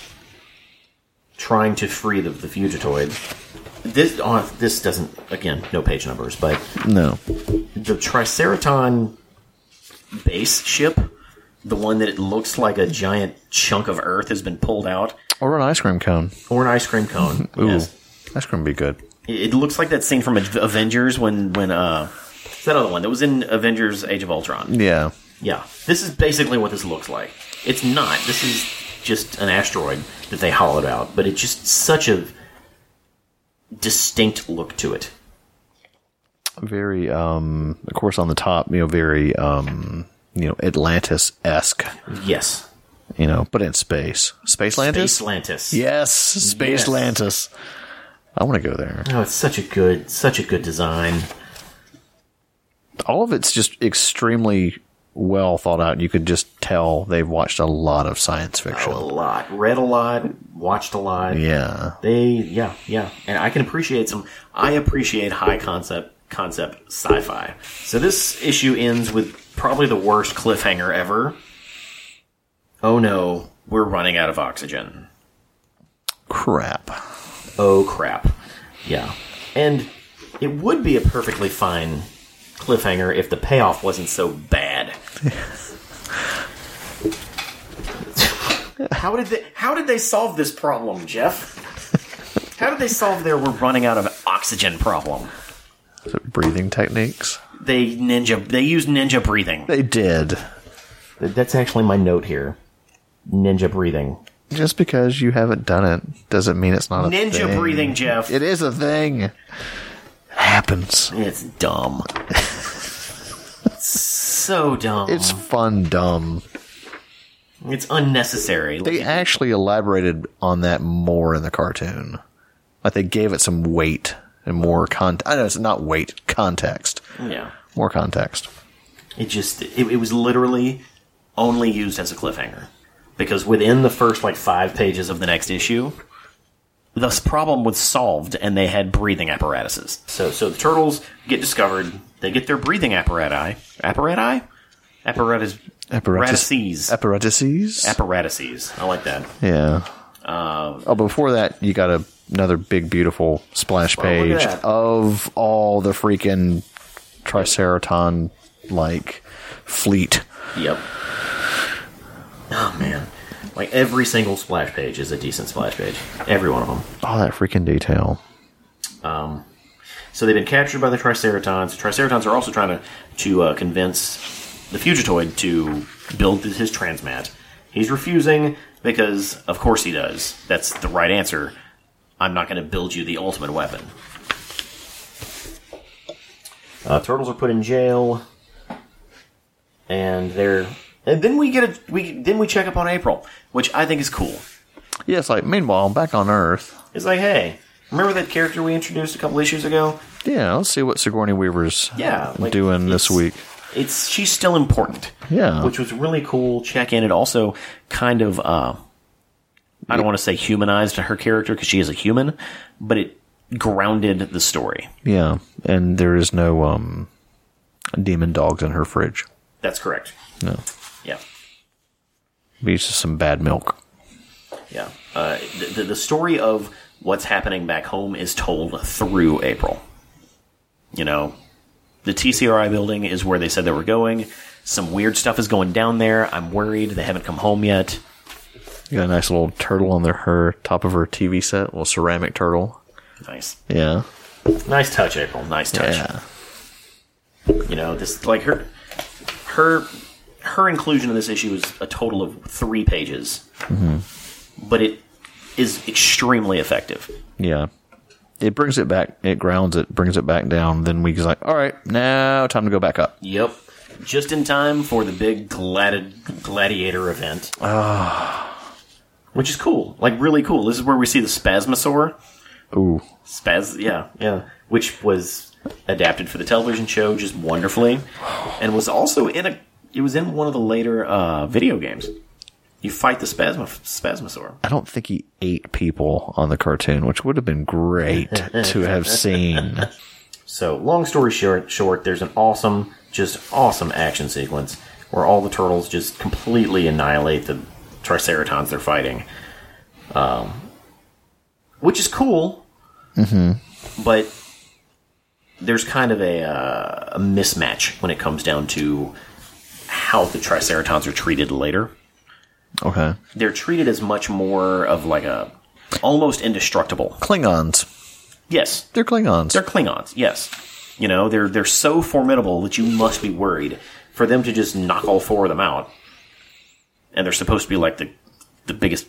A: trying to free the, the fugitoid. This uh, this doesn't again no page numbers, but
B: No.
A: the Triceraton base ship, the one that it looks like a giant chunk of Earth has been pulled out,
B: Or an ice cream cone.
A: or an ice cream cone.
B: Ooh,
A: Yes.
B: ice cream would be good.
A: It it looks like that scene from Av- Avengers when when uh what's that other one that was in Avengers Age of Ultron.
B: Yeah.
A: Yeah, this is basically what this looks like. It's not. This is just an asteroid that they hollowed out, but it's just such a distinct look to it.
B: Very um of course on the top, you know, very um you know, Atlantis esque,
A: Yes,
B: you know, but in space. Space Atlantis?
A: Space Lantis.
B: yes, Space Atlantis. I want to go there.
A: Oh, it's such a good, such a good design.
B: All of it's just extremely well thought out. You could just tell they've watched a lot of science
A: A
B: fiction.
A: lot, read a lot, watched a lot.
B: Yeah.
A: They, yeah, yeah, and I can appreciate some. I appreciate high concept concept sci-fi. So this issue ends with probably the worst cliffhanger ever. Oh no, we're running out of oxygen.
B: Crap.
A: Oh crap. Yeah, and it would be a perfectly fine cliffhanger if the payoff wasn't so bad. how did they? How did they solve this problem, Jeff? How did they solve their "we're running out of oxygen" problem?
B: Is it breathing techniques?
A: They ninja. They use ninja breathing.
B: They did.
A: That's actually my note here. Ninja breathing.
B: Just because you haven't done it doesn't mean it's not a
A: Ninja
B: thing.
A: breathing, Jeff.
B: It is a thing. Happens.
A: It's dumb. so dumb.
B: It's fun, dumb.
A: It's unnecessary.
B: They actually elaborated on that more in the cartoon. Like they gave it some weight and more context. I know it's not weight, context.
A: yeah.
B: More context.
A: It just it, it was literally only used as a cliffhanger because within the first like five pages of the next issue, this problem was solved and they had breathing apparatuses. So so the turtles get discovered. They get their breathing apparatus. Apparatus. Apparatus. Apparatuses.
B: Apparatuses.
A: Apparatuses. I like that.
B: yeah.
A: Um,
B: oh, before that, you got a, another big, beautiful splash
A: Oh, at
B: page
A: that.
B: of all the freaking Triceraton like fleet.
A: Yep. Oh man. Like every single splash page is a decent splash page. Every one of them.
B: All that freaking detail.
A: So they've been captured by the Triceratons. The Triceratons are also trying to to uh, convince the Fugitoid to build th- his transmat. He's refusing because, of course, he does. That's the right answer. I'm not going to build you the ultimate weapon. Uh, turtles are put in jail, and they're and then we get a we then we check up on April, which I think is cool.
B: Yeah, it's like, meanwhile, back on Earth,
A: It's like, hey, remember that character we introduced a couple issues ago?
B: yeah, let's see what Sigourney Weaver's
A: Yeah, like,
B: doing this
A: it's-
B: week.
A: it's she's still important.
B: Yeah.
A: which was really cool. Check in. It also kind of uh, I don't want to say humanized her character because she is a human, but it grounded the story.
B: Yeah, and there is no um, demon dogs in her fridge.
A: That's correct.
B: No,
A: Yeah,
B: it's just some bad milk.
A: yeah. Uh, the, the the story of what's happening back home is told through April. You know, the TCRI building is where they said they were going. Some weird stuff is going down there. I'm worried they haven't come home yet.
B: You got a nice little turtle on the, her top of her TV set, little ceramic turtle.
A: Nice,
B: Yeah,
A: nice touch, April. Nice touch.
B: yeah,
A: you know this like her her her inclusion in this issue is a total of three pages but it is extremely effective
B: yeah. It brings it back. It grounds it, brings it back down. Then we just like, all right, now time to go back up.
A: yep just in time for the big gladi- gladiator event which is cool like really cool this is where we see the spasmosaur
B: Ooh,
A: spaz yeah yeah which was adapted for the television show just wonderfully and was also in a it was in one of the later uh, video games you fight the spasmo- spasmosaur
B: I don't think he ate people on the cartoon, which would have been great to have seen.
A: So, long story short, short, there's an awesome, just awesome action sequence where all the turtles just completely annihilate the Triceratons they're fighting, um, which is cool. Mm-hmm. But there's kind of a, uh, a mismatch when it comes down to how the Triceratons are treated later.
B: Okay,
A: They're treated as much more of like a almost indestructible.
B: Klingons.
A: Yes,
B: They're Klingons.
A: they're Klingons, yes. You know, they're they're so formidable that you must be worried for them to just knock all four of them out. And they're supposed to be like the the biggest,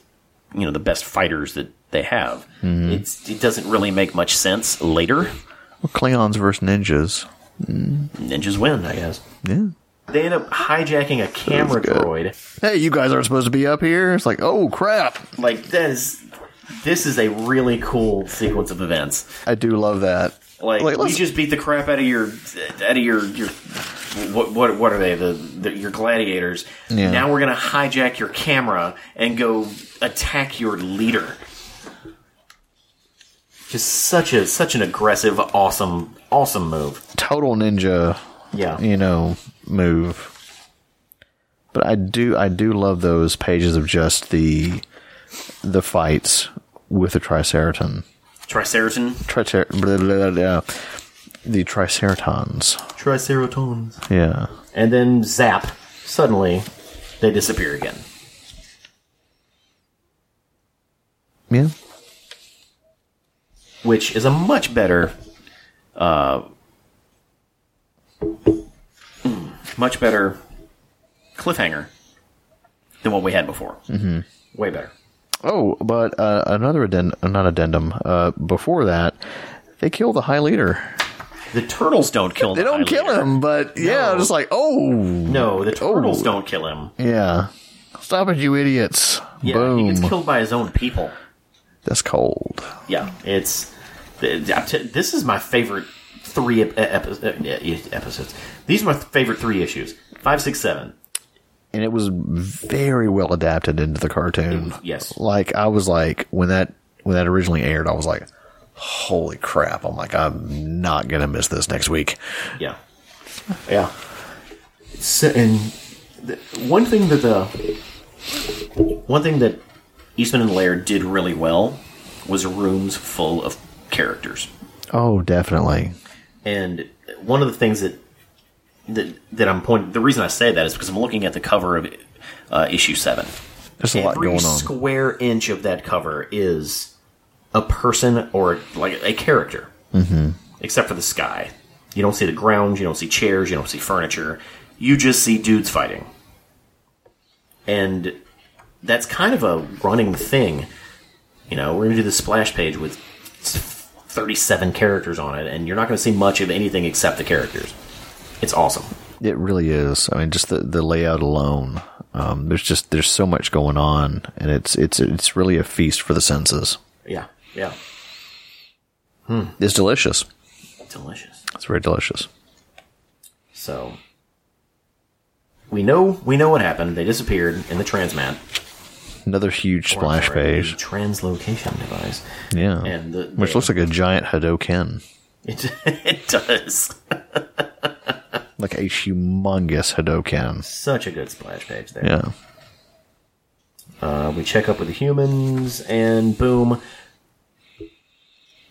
A: you know, the best fighters that they have.
B: Mm-hmm.
A: It's it doesn't really make much sense later.
B: Klingons versus ninjas.
A: Ninjas win, I guess.
B: Yeah.
A: They end up hijacking a camera
B: good.
A: droid.
B: Hey, you guys aren't supposed to be up here. It's like, oh crap!
A: Like that is this is a really cool sequence of events.
B: I do love that.
A: Like, we
B: let's-
A: just beat the crap out of your out of your your what what what are they the, the your gladiators?
B: Yeah.
A: Now we're gonna hijack your camera and go attack your leader. Just such a such an aggressive, awesome, awesome move.
B: total ninja,
A: Yeah,
B: you know, move. But I do, I do love those pages of just the the fights with the Triceraton,
A: Triceraton,
B: Tricer, blah, blah, blah, blah, the Triceratons.
A: Triceratons,
B: Yeah,
A: and then zap! Suddenly, they disappear again.
B: yeah.
A: which is a much better, uh, much better cliffhanger than what we had before. Mm-hmm. Way better.
B: Oh, but uh, another addendum, not addendum. Uh, before that, they kill the High Leader.
A: The turtles don't kill.
B: They don't
A: Nihilator.
B: kill him, but yeah,
A: No.
B: it's like, oh,
A: No, the turtles
B: Oh.
A: don't kill him.
B: yeah. Stop it, you idiots.
A: Yeah, he
B: Boom.
A: gets killed by his own people.
B: That's cold.
A: Yeah, it's th- I'm t- this is my favorite three ep- e, ep- ep- e, episodes. These are my favorite three issues. Five, six, seven.
B: and it was very well adapted into the cartoon.
A: was- yes.
B: like I was like when that when that originally aired, I was like, "Holy crap!" I'm like, I'm not gonna miss this next week.
A: Yeah, yeah. So, and the, one thing that the one thing that Eastman and Laird did really well was rooms full of characters.
B: Oh, definitely.
A: And one of the things that that, that I'm pointing, the reason I say that is because I'm looking at the cover of uh, issue seven.
B: There's a lot
A: Every
B: going on.
A: square inch of that cover is a person or like a character, mm-hmm. except for the sky. You don't see the ground. You don't see chairs. You don't see furniture. You just see dudes fighting, and that's kind of a running thing. You know, we're gonna do the splash page with thirty-seven characters on it, and you're not gonna see much of anything except the characters. It's awesome.
B: It really is. I mean, just the, the layout alone. Um, there's just there's so much going on, and it's it's it's really a feast for the senses.
A: Yeah, yeah,
B: It's delicious.
A: delicious.
B: It's very delicious.
A: So we know we know what happened. They disappeared in the transmat.
B: Another huge splash
A: Or, sorry,
B: page.
A: the Translocation device.
B: Yeah,
A: And the-
B: which looks like a giant Hadoken.
A: It, it does.
B: like a humongous Hadoken.
A: Such a good splash page there.
B: Yeah.
A: Uh, we check up with the humans, and boom.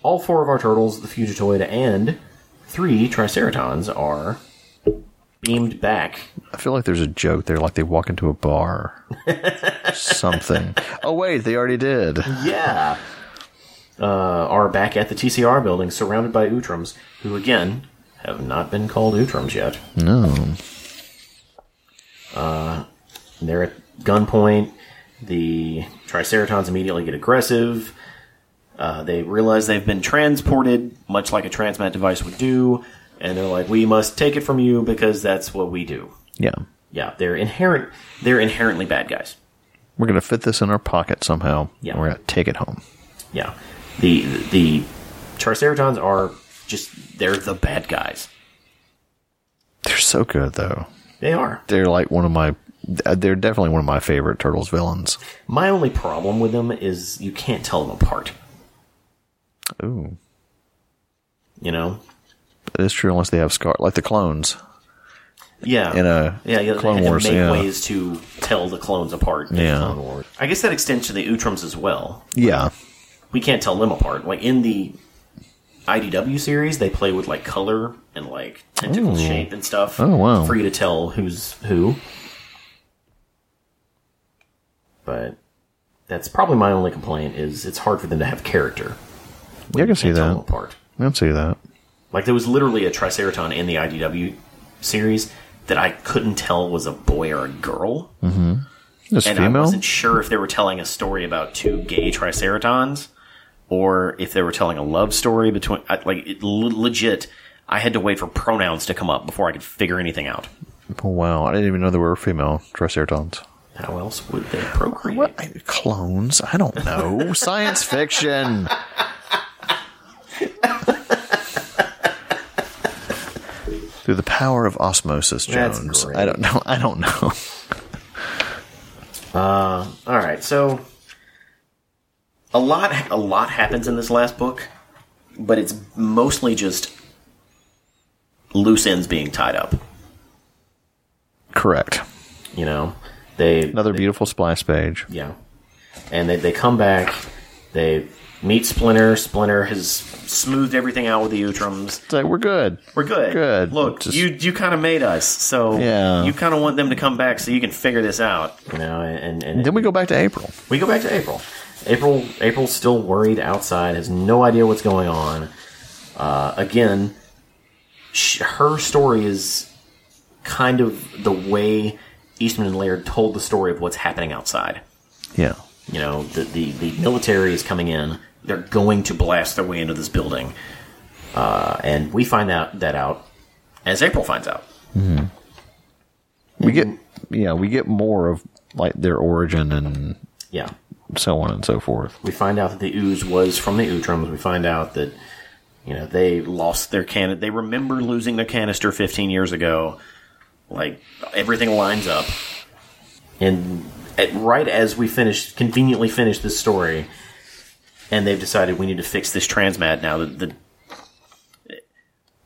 A: All four of our turtles, the Fugitoid, and three Triceratons are beamed back.
B: I feel like there's a joke there, like they walk into a bar. Something. Oh, wait, they already did.
A: Yeah! Uh, are back at the TCR building, surrounded by Utrums, who again have not been called Utrums yet.
B: No.
A: Uh, They're at gunpoint. The Triceratons immediately get aggressive. Uh, they realize they've been transported, much like a transmat device would do, and they're like, "We must take it from you because that's what we do."
B: Yeah.
A: Yeah, they're inherent. They're inherently bad guys.
B: We're going to fit this in our pocket somehow.
A: Yeah.
B: And we're going to take it home.
A: Yeah, the the Triceratons are just they're the bad guys.
B: They're so good, though.
A: They are.
B: They're like one of my. They're definitely one of my favorite Turtles villains.
A: My only problem with them is you can't tell them apart.
B: Ooh.
A: You know?
B: That is true, unless they have scar. Like the clones.
A: Yeah.
B: In a
A: yeah, yeah,
B: Clone
A: they had
B: Wars,
A: to make
B: yeah.
A: ways to tell the clones apart. in
B: Yeah.
A: Clone Wars. I guess that extends to the Utrums as well.
B: Yeah.
A: We can't tell them apart. Like in the IDW series, they play with like color and like tentacle shape and stuff.
B: Oh, wow.
A: For you to tell who's who. But that's probably my only complaint is it's hard for them to have character.
B: Yeah, I can see
A: Can't tell them
B: that.
A: apart.
B: I can see that.
A: Like there was literally a Triceraton in the IDW series that I couldn't tell was a boy or a girl,
B: This
A: and I
B: female?
A: wasn't sure if they were telling a story about two gay Triceratons or if they were telling a love story between. I, like it, le- legit, I had to wait for pronouns to come up before I could figure anything out.
B: Oh, wow. I didn't even know there were female Triceratons.
A: How else would they procreate?
B: What I, clones? I don't know. Science fiction. Through the power of osmosis,
A: That's
B: Jones.
A: great.
B: I don't know. I don't know.
A: All right, so a lot a lot happens in this last book, but it's mostly just loose ends being tied up.
B: Correct.
A: You know, they
B: Another beautiful splash page.
A: yeah, and they they come back. They meet Splinter. Splinter has smoothed everything out with the Utrums.
B: It's like we're good.
A: We're good.
B: Good.
A: Look,
B: Just-
A: you you kind of made us, so
B: Yeah.
A: you kind of want them to come back so you can figure this out. You know, and and,
B: Then we go back to April.
A: We go back to April. April April's still worried outside, has no idea what's going on. Uh, again, sh- her story is kind of the way Eastman and Laird told the story of what's happening outside.
B: Yeah.
A: You know, the the, the military is coming in. They're going to blast their way into this building. Uh, and we find out that out as April finds out.
B: We get yeah, we get more of like their origin and
A: Yeah.
B: so on and so forth.
A: We find out that the ooze was from the Utrums. We find out that you know they lost their can. They remember losing their canister 15 years ago. Like everything lines up, and at, right as we finish, conveniently finish this story, and they've decided we need to fix this transmat now. The the,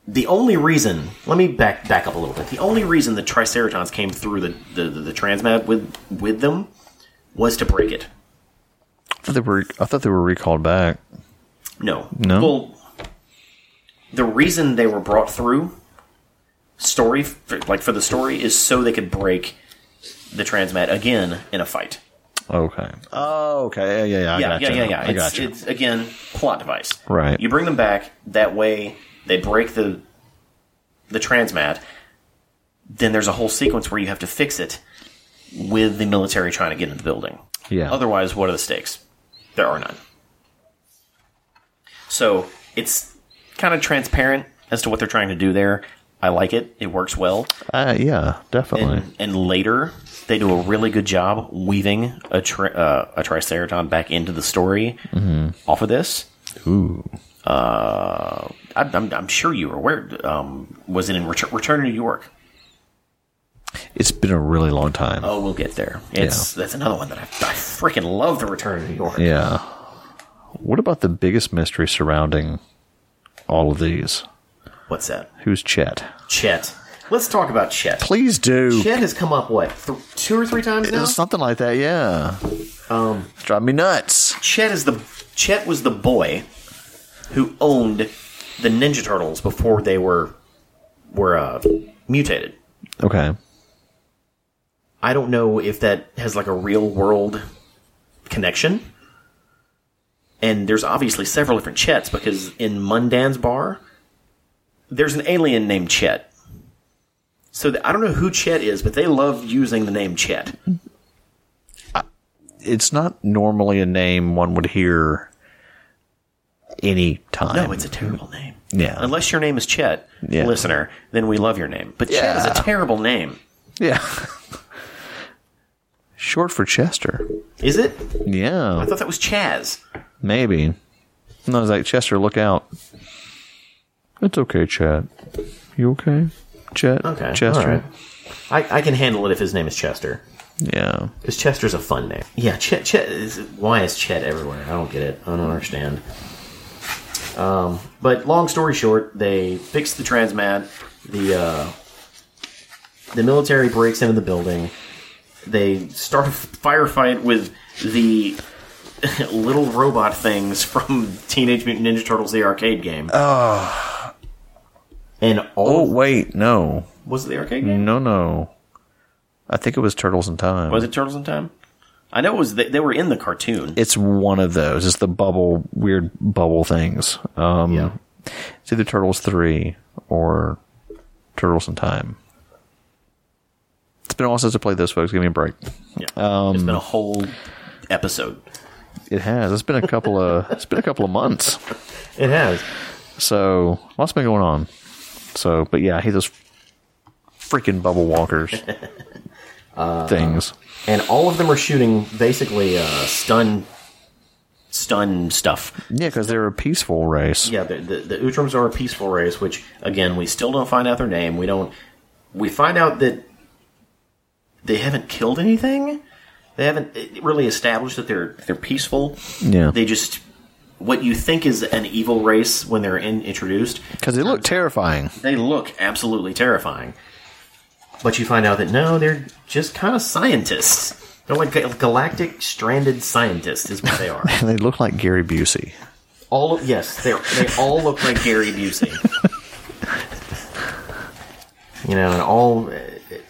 A: the only reason let me back back up a little bit. The only reason the Triceratons came through the the, the, the transmat with with them was to break it.
B: I thought they were I thought they were recalled back.
A: No.
B: No?
A: Well, the reason they were brought through story, for, like for the story, is so they could break the transmat again in a fight.
B: Okay. Oh, okay. Yeah, yeah, yeah. I
A: yeah,
B: gotcha.
A: yeah, yeah, yeah.
B: I
A: It's,
B: gotcha.
A: it's again plot device.
B: Right.
A: You bring them back that way. They break the the transmat. Then there's a whole sequence where you have to fix it with the military trying to get into the building.
B: yeah.
A: Otherwise, what are the stakes? There are none. So it's kind of transparent as to what they're trying to do there. I like it. It works well.
B: uh, yeah, definitely.
A: And, and later, they do a really good job weaving a, tri- uh, a Triceraton back into the story
B: Mm-hmm.
A: off of this.
B: Ooh.
A: Uh, I, I'm, I'm sure you were aware. Um, was it in Retur- Return to New York?
B: It's been a really long time.
A: Oh, we'll get there. It's, That's another one that I, I freaking love the Return to New York.
B: Yeah. What about the biggest mystery surrounding all of these?
A: What's that?
B: Who's Chet?
A: Chet. Let's talk about Chet.
B: Please do.
A: Chet has come up what th- two or three times now.
B: Something like that, yeah. Um, drive me nuts.
A: Chet is the Chet was the boy who owned the Ninja Turtles before they were were uh, mutated.
B: Okay.
A: I don't know if that has like a real world connection. And there's obviously several different Chets because in Mundan's bar, there's an alien named Chet. So th- I don't know who Chet is, but they love using the name Chet.
B: It's not normally a name one would hear any time.
A: No, Oh, it's a terrible name.
B: Yeah.
A: Unless your name is Chet,
B: Yeah.
A: listener, then we love your name. But Chet is
B: Yeah.
A: a terrible name.
B: yeah. Short for Chester.
A: Is it?
B: Yeah,
A: I thought that was Chaz.
B: maybe. And I was like, Chester, look out. It's okay, Chet. You okay? Chet?
A: Okay.
B: Chester?
A: all right. I, I can handle it if his name is Chester.
B: Yeah.
A: Because Chester's a fun name. Yeah, Chet, Chet is, why is Chet everywhere? I don't get it. I don't understand. Um, but long story short, they fix the transmat. The uh, the military breaks into the building. They start a firefight with the little robot things from Teenage Mutant Ninja Turtles: The Arcade Game. Oh. And
B: Oh,
A: all
B: wait, no.
A: was it the arcade game?
B: No, no. I think it was Turtles in Time.
A: Was it Turtles in Time? I know it was. They, they were in the cartoon.
B: It's one of those. It's the bubble, weird bubble things. Um,
A: Yeah.
B: It's either Turtles 3 or Turtles in Time. It's been a while since I played those, folks. Give me a break.
A: Yeah. it's been a whole episode.
B: It has. It's been a couple of. It's been a couple of months.
A: It has.
B: So lots been going on. So, but yeah, I hate those freaking bubble walkers
A: Uh,
B: things.
A: And all of them are shooting basically uh, stun stun stuff.
B: Yeah, because they're a peaceful race.
A: Yeah, the, the, the Utrams are a peaceful race, which, again, we still don't find out their name. We don't. We find out that they haven't killed anything. They haven't eh, really established that they're they're peaceful.
B: Yeah.
A: They just what you think is an evil race when they're in, introduced
B: Because they look terrifying.
A: they look absolutely terrifying. But you find out that no, they're just kind of scientists. They're like ga- galactic stranded scientists, is what they are.
B: And they look like Gary Busey.
A: all of, yes, they they all look like Gary Busey. you know, and all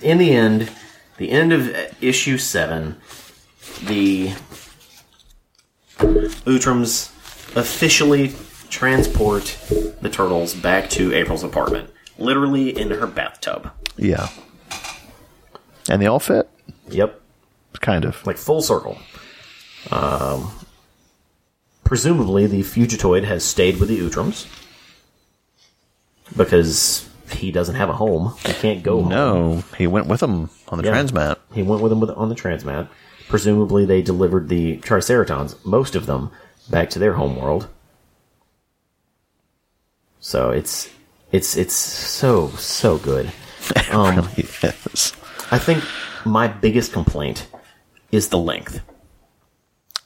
A: in the end, the end of issue seven, the Utrams officially transport the turtles back to April's apartment, literally in her bathtub.
B: Yeah. And they all fit?
A: Yep.
B: Kind of.
A: like full circle. Um, presumably, the fugitoid has stayed with the Utrams, because he doesn't have a home. He can't go home.
B: No, he went with him on the
A: Yeah.
B: transmat.
A: He went with them with, on the transmat. Presumably, they delivered the Triceratons, most of them, back to their homeworld. So it's it's it's so so good. Um,
B: Yes.
A: I think my biggest complaint is the length.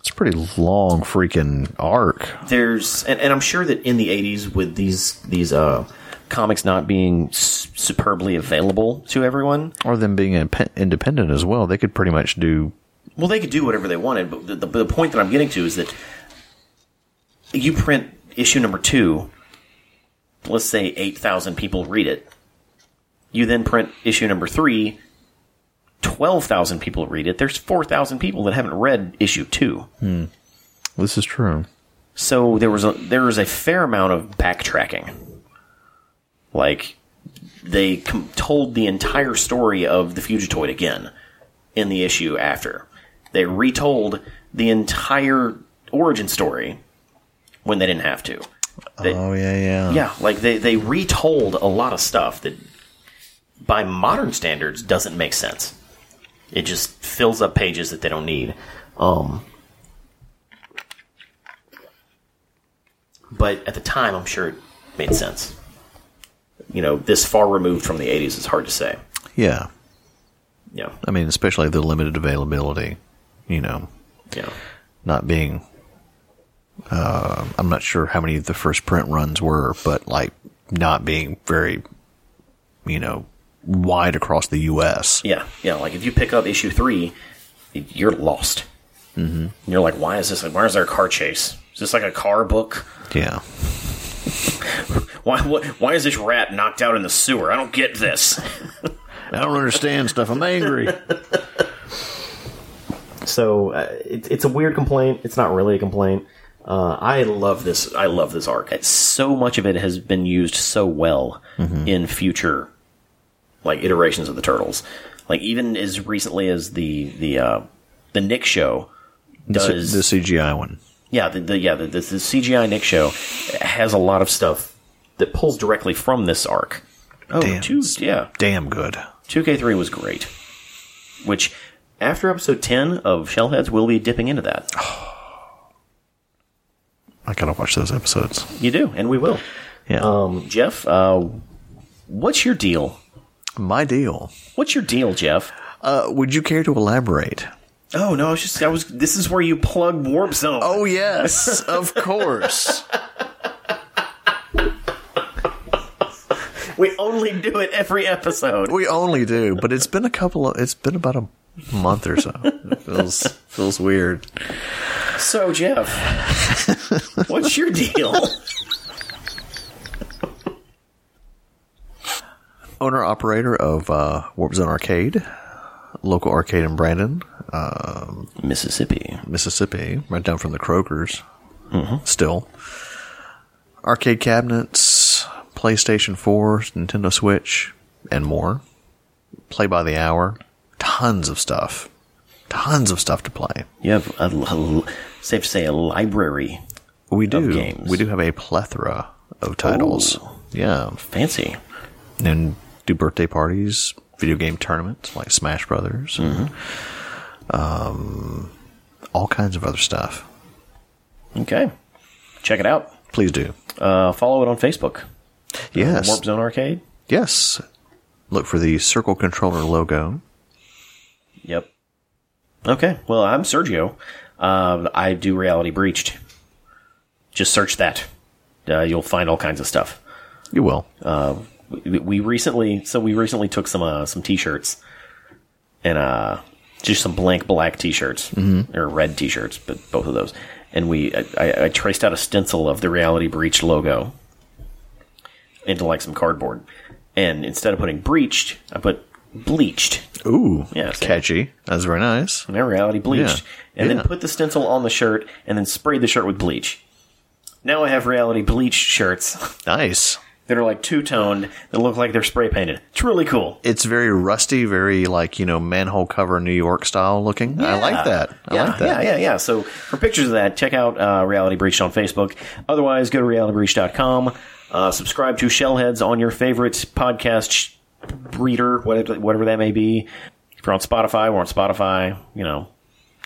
B: It's a pretty long freaking arc.
A: there's and, and I'm sure that in the 80s with these these uh comics not being s- superbly available to everyone
B: Or them being impe- independent as well. They could pretty much do.
A: well they could do whatever they wanted but the, the, the point that I'm getting to is that you print issue number 2 let's say 8,000 people read it you then print issue number 3 12,000 people read it there's 4,000 people that haven't read issue 2
B: This is true.
A: So there was a there was a fair amount of backtracking. Like they com- told the entire story of the Fugitoid again in the issue after. They retold the entire origin story when they didn't have to. They-
B: Oh yeah, yeah,
A: yeah, like they they retold a lot of stuff that by modern standards doesn't make sense. It just fills up pages that they don't need. Um but at the time I'm sure it made sense. You know, this far removed from the 80s is hard to say.
B: yeah.
A: Yeah.
B: I mean, especially the limited availability. You know,
A: Yeah.
B: not being. Uh, I'm not sure how many of the first print runs were, but like not being very, you know, wide across the U.S.
A: Yeah, yeah. Like if you pick up issue three, you're lost. Mm-hmm. You're like, why is this? Like, why is there a car chase? Is this like a car book?
B: Yeah,
A: Why, why, why is this rat knocked out in the sewer? I don't get this.
B: I don't understand stuff. I'm angry.
A: So uh, it, it's a weird complaint. It's not really a complaint. Uh, I love this. I love this arc. It's- so much of it has been used so well
B: Mm-hmm.
A: in future, like iterations of the turtles. Like even as recently as the the uh, the Nick show
B: the
A: does
B: CGI one.
A: Yeah, the, the yeah the, the, the CGI Nick show has a lot of stuff that pulls directly from this arc. Oh,
B: Damn.
A: two, yeah,
B: Damn good.
A: two K three was great. Which after episode ten of Shellheads, we'll be dipping into that.
B: I gotta watch those episodes.
A: You do, and we will.
B: Yeah.
A: Um, Jeff, uh, what's your deal?
B: My deal.
A: What's your deal, Jeff?
B: Uh, would you care to elaborate?
A: Oh no, I was just I was. This is where you plug Warp Zone.
B: Oh yes, of course.
A: we only do it every episode.
B: We only do, but it's been a couple of. It's been about a month or so. It feels feels weird.
A: So, Jeff, what's your deal?
B: Owner operator of uh, Warp Zone Arcade, local arcade in Brandon,
A: Mississippi.
B: Mississippi, right down from the Kroger's. Still, arcade cabinets, PlayStation 4, Nintendo Switch, and more. Play by the hour. Tons of stuff. Tons of stuff to play.
A: You have a, l- l- safe to say a library.
B: We do.
A: games.
B: We do have a plethora of titles. Yeah,
A: Fancy.
B: and do birthday parties, video game tournaments like Smash Brothers, and, um,
A: Mm-hmm.
B: all kinds of other stuff.
A: Okay. Check it out.
B: Please do.
A: Uh, follow it on Facebook.
B: Yes,
A: Warp Zone Arcade.
B: yes. Look for the circle controller logo.
A: Yep. Okay. Well, I'm Sergio. Um, I do Reality Breached. Just search that. Uh, you'll find all kinds of stuff.
B: You will.
A: Uh, We, we recently, so we recently took some uh, some t-shirts, and uh, just some blank black t-shirts or red t-shirts, but both of those. And we, I, I, I traced out a stencil of the Reality Breach logo into like some cardboard, and instead of putting breached, I put bleached
B: Ooh,
A: Yeah, see.
B: catchy. That's very nice.
A: and then reality bleached,
B: Yeah.
A: and
B: Yeah.
A: then put the stencil on the shirt, and then sprayed the shirt with bleach. Now I have reality bleached shirts
B: Nice.
A: that are like two toned that look like they're spray painted. It's really cool.
B: It's very rusty, very like you know manhole cover New York style looking. I like that. I
A: yeah,
B: like that.
A: yeah, yeah, yeah. So for pictures of that, check out uh, Reality Breached on Facebook. Otherwise, go to realitybreach.com. Uh, subscribe to Shellheads on your favorite podcast sh- reader, whatever, whatever that may be. If you're on Spotify, we're on Spotify. You know,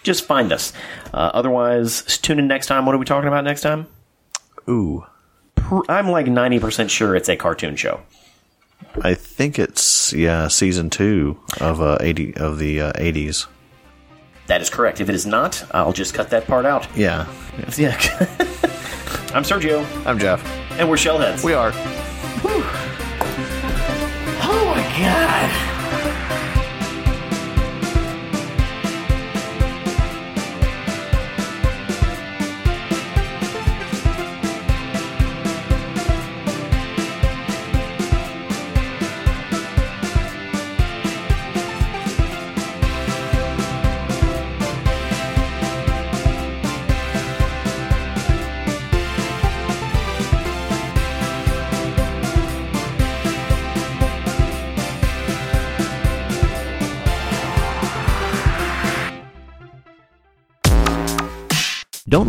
A: just find us. Uh, otherwise, tune in next time. What are we talking about next time?
B: Ooh,
A: Pr- I'm like 90% sure it's a cartoon show.
B: I think it's yeah, season two of uh, eighty of the eighties.
A: That is correct. If it is not, I'll just cut that part out.
B: yeah,
A: Yeah. I'm Sergio,
B: I'm Jeff.
A: and we're Shellheads.
B: We are.
A: oh my god! Don't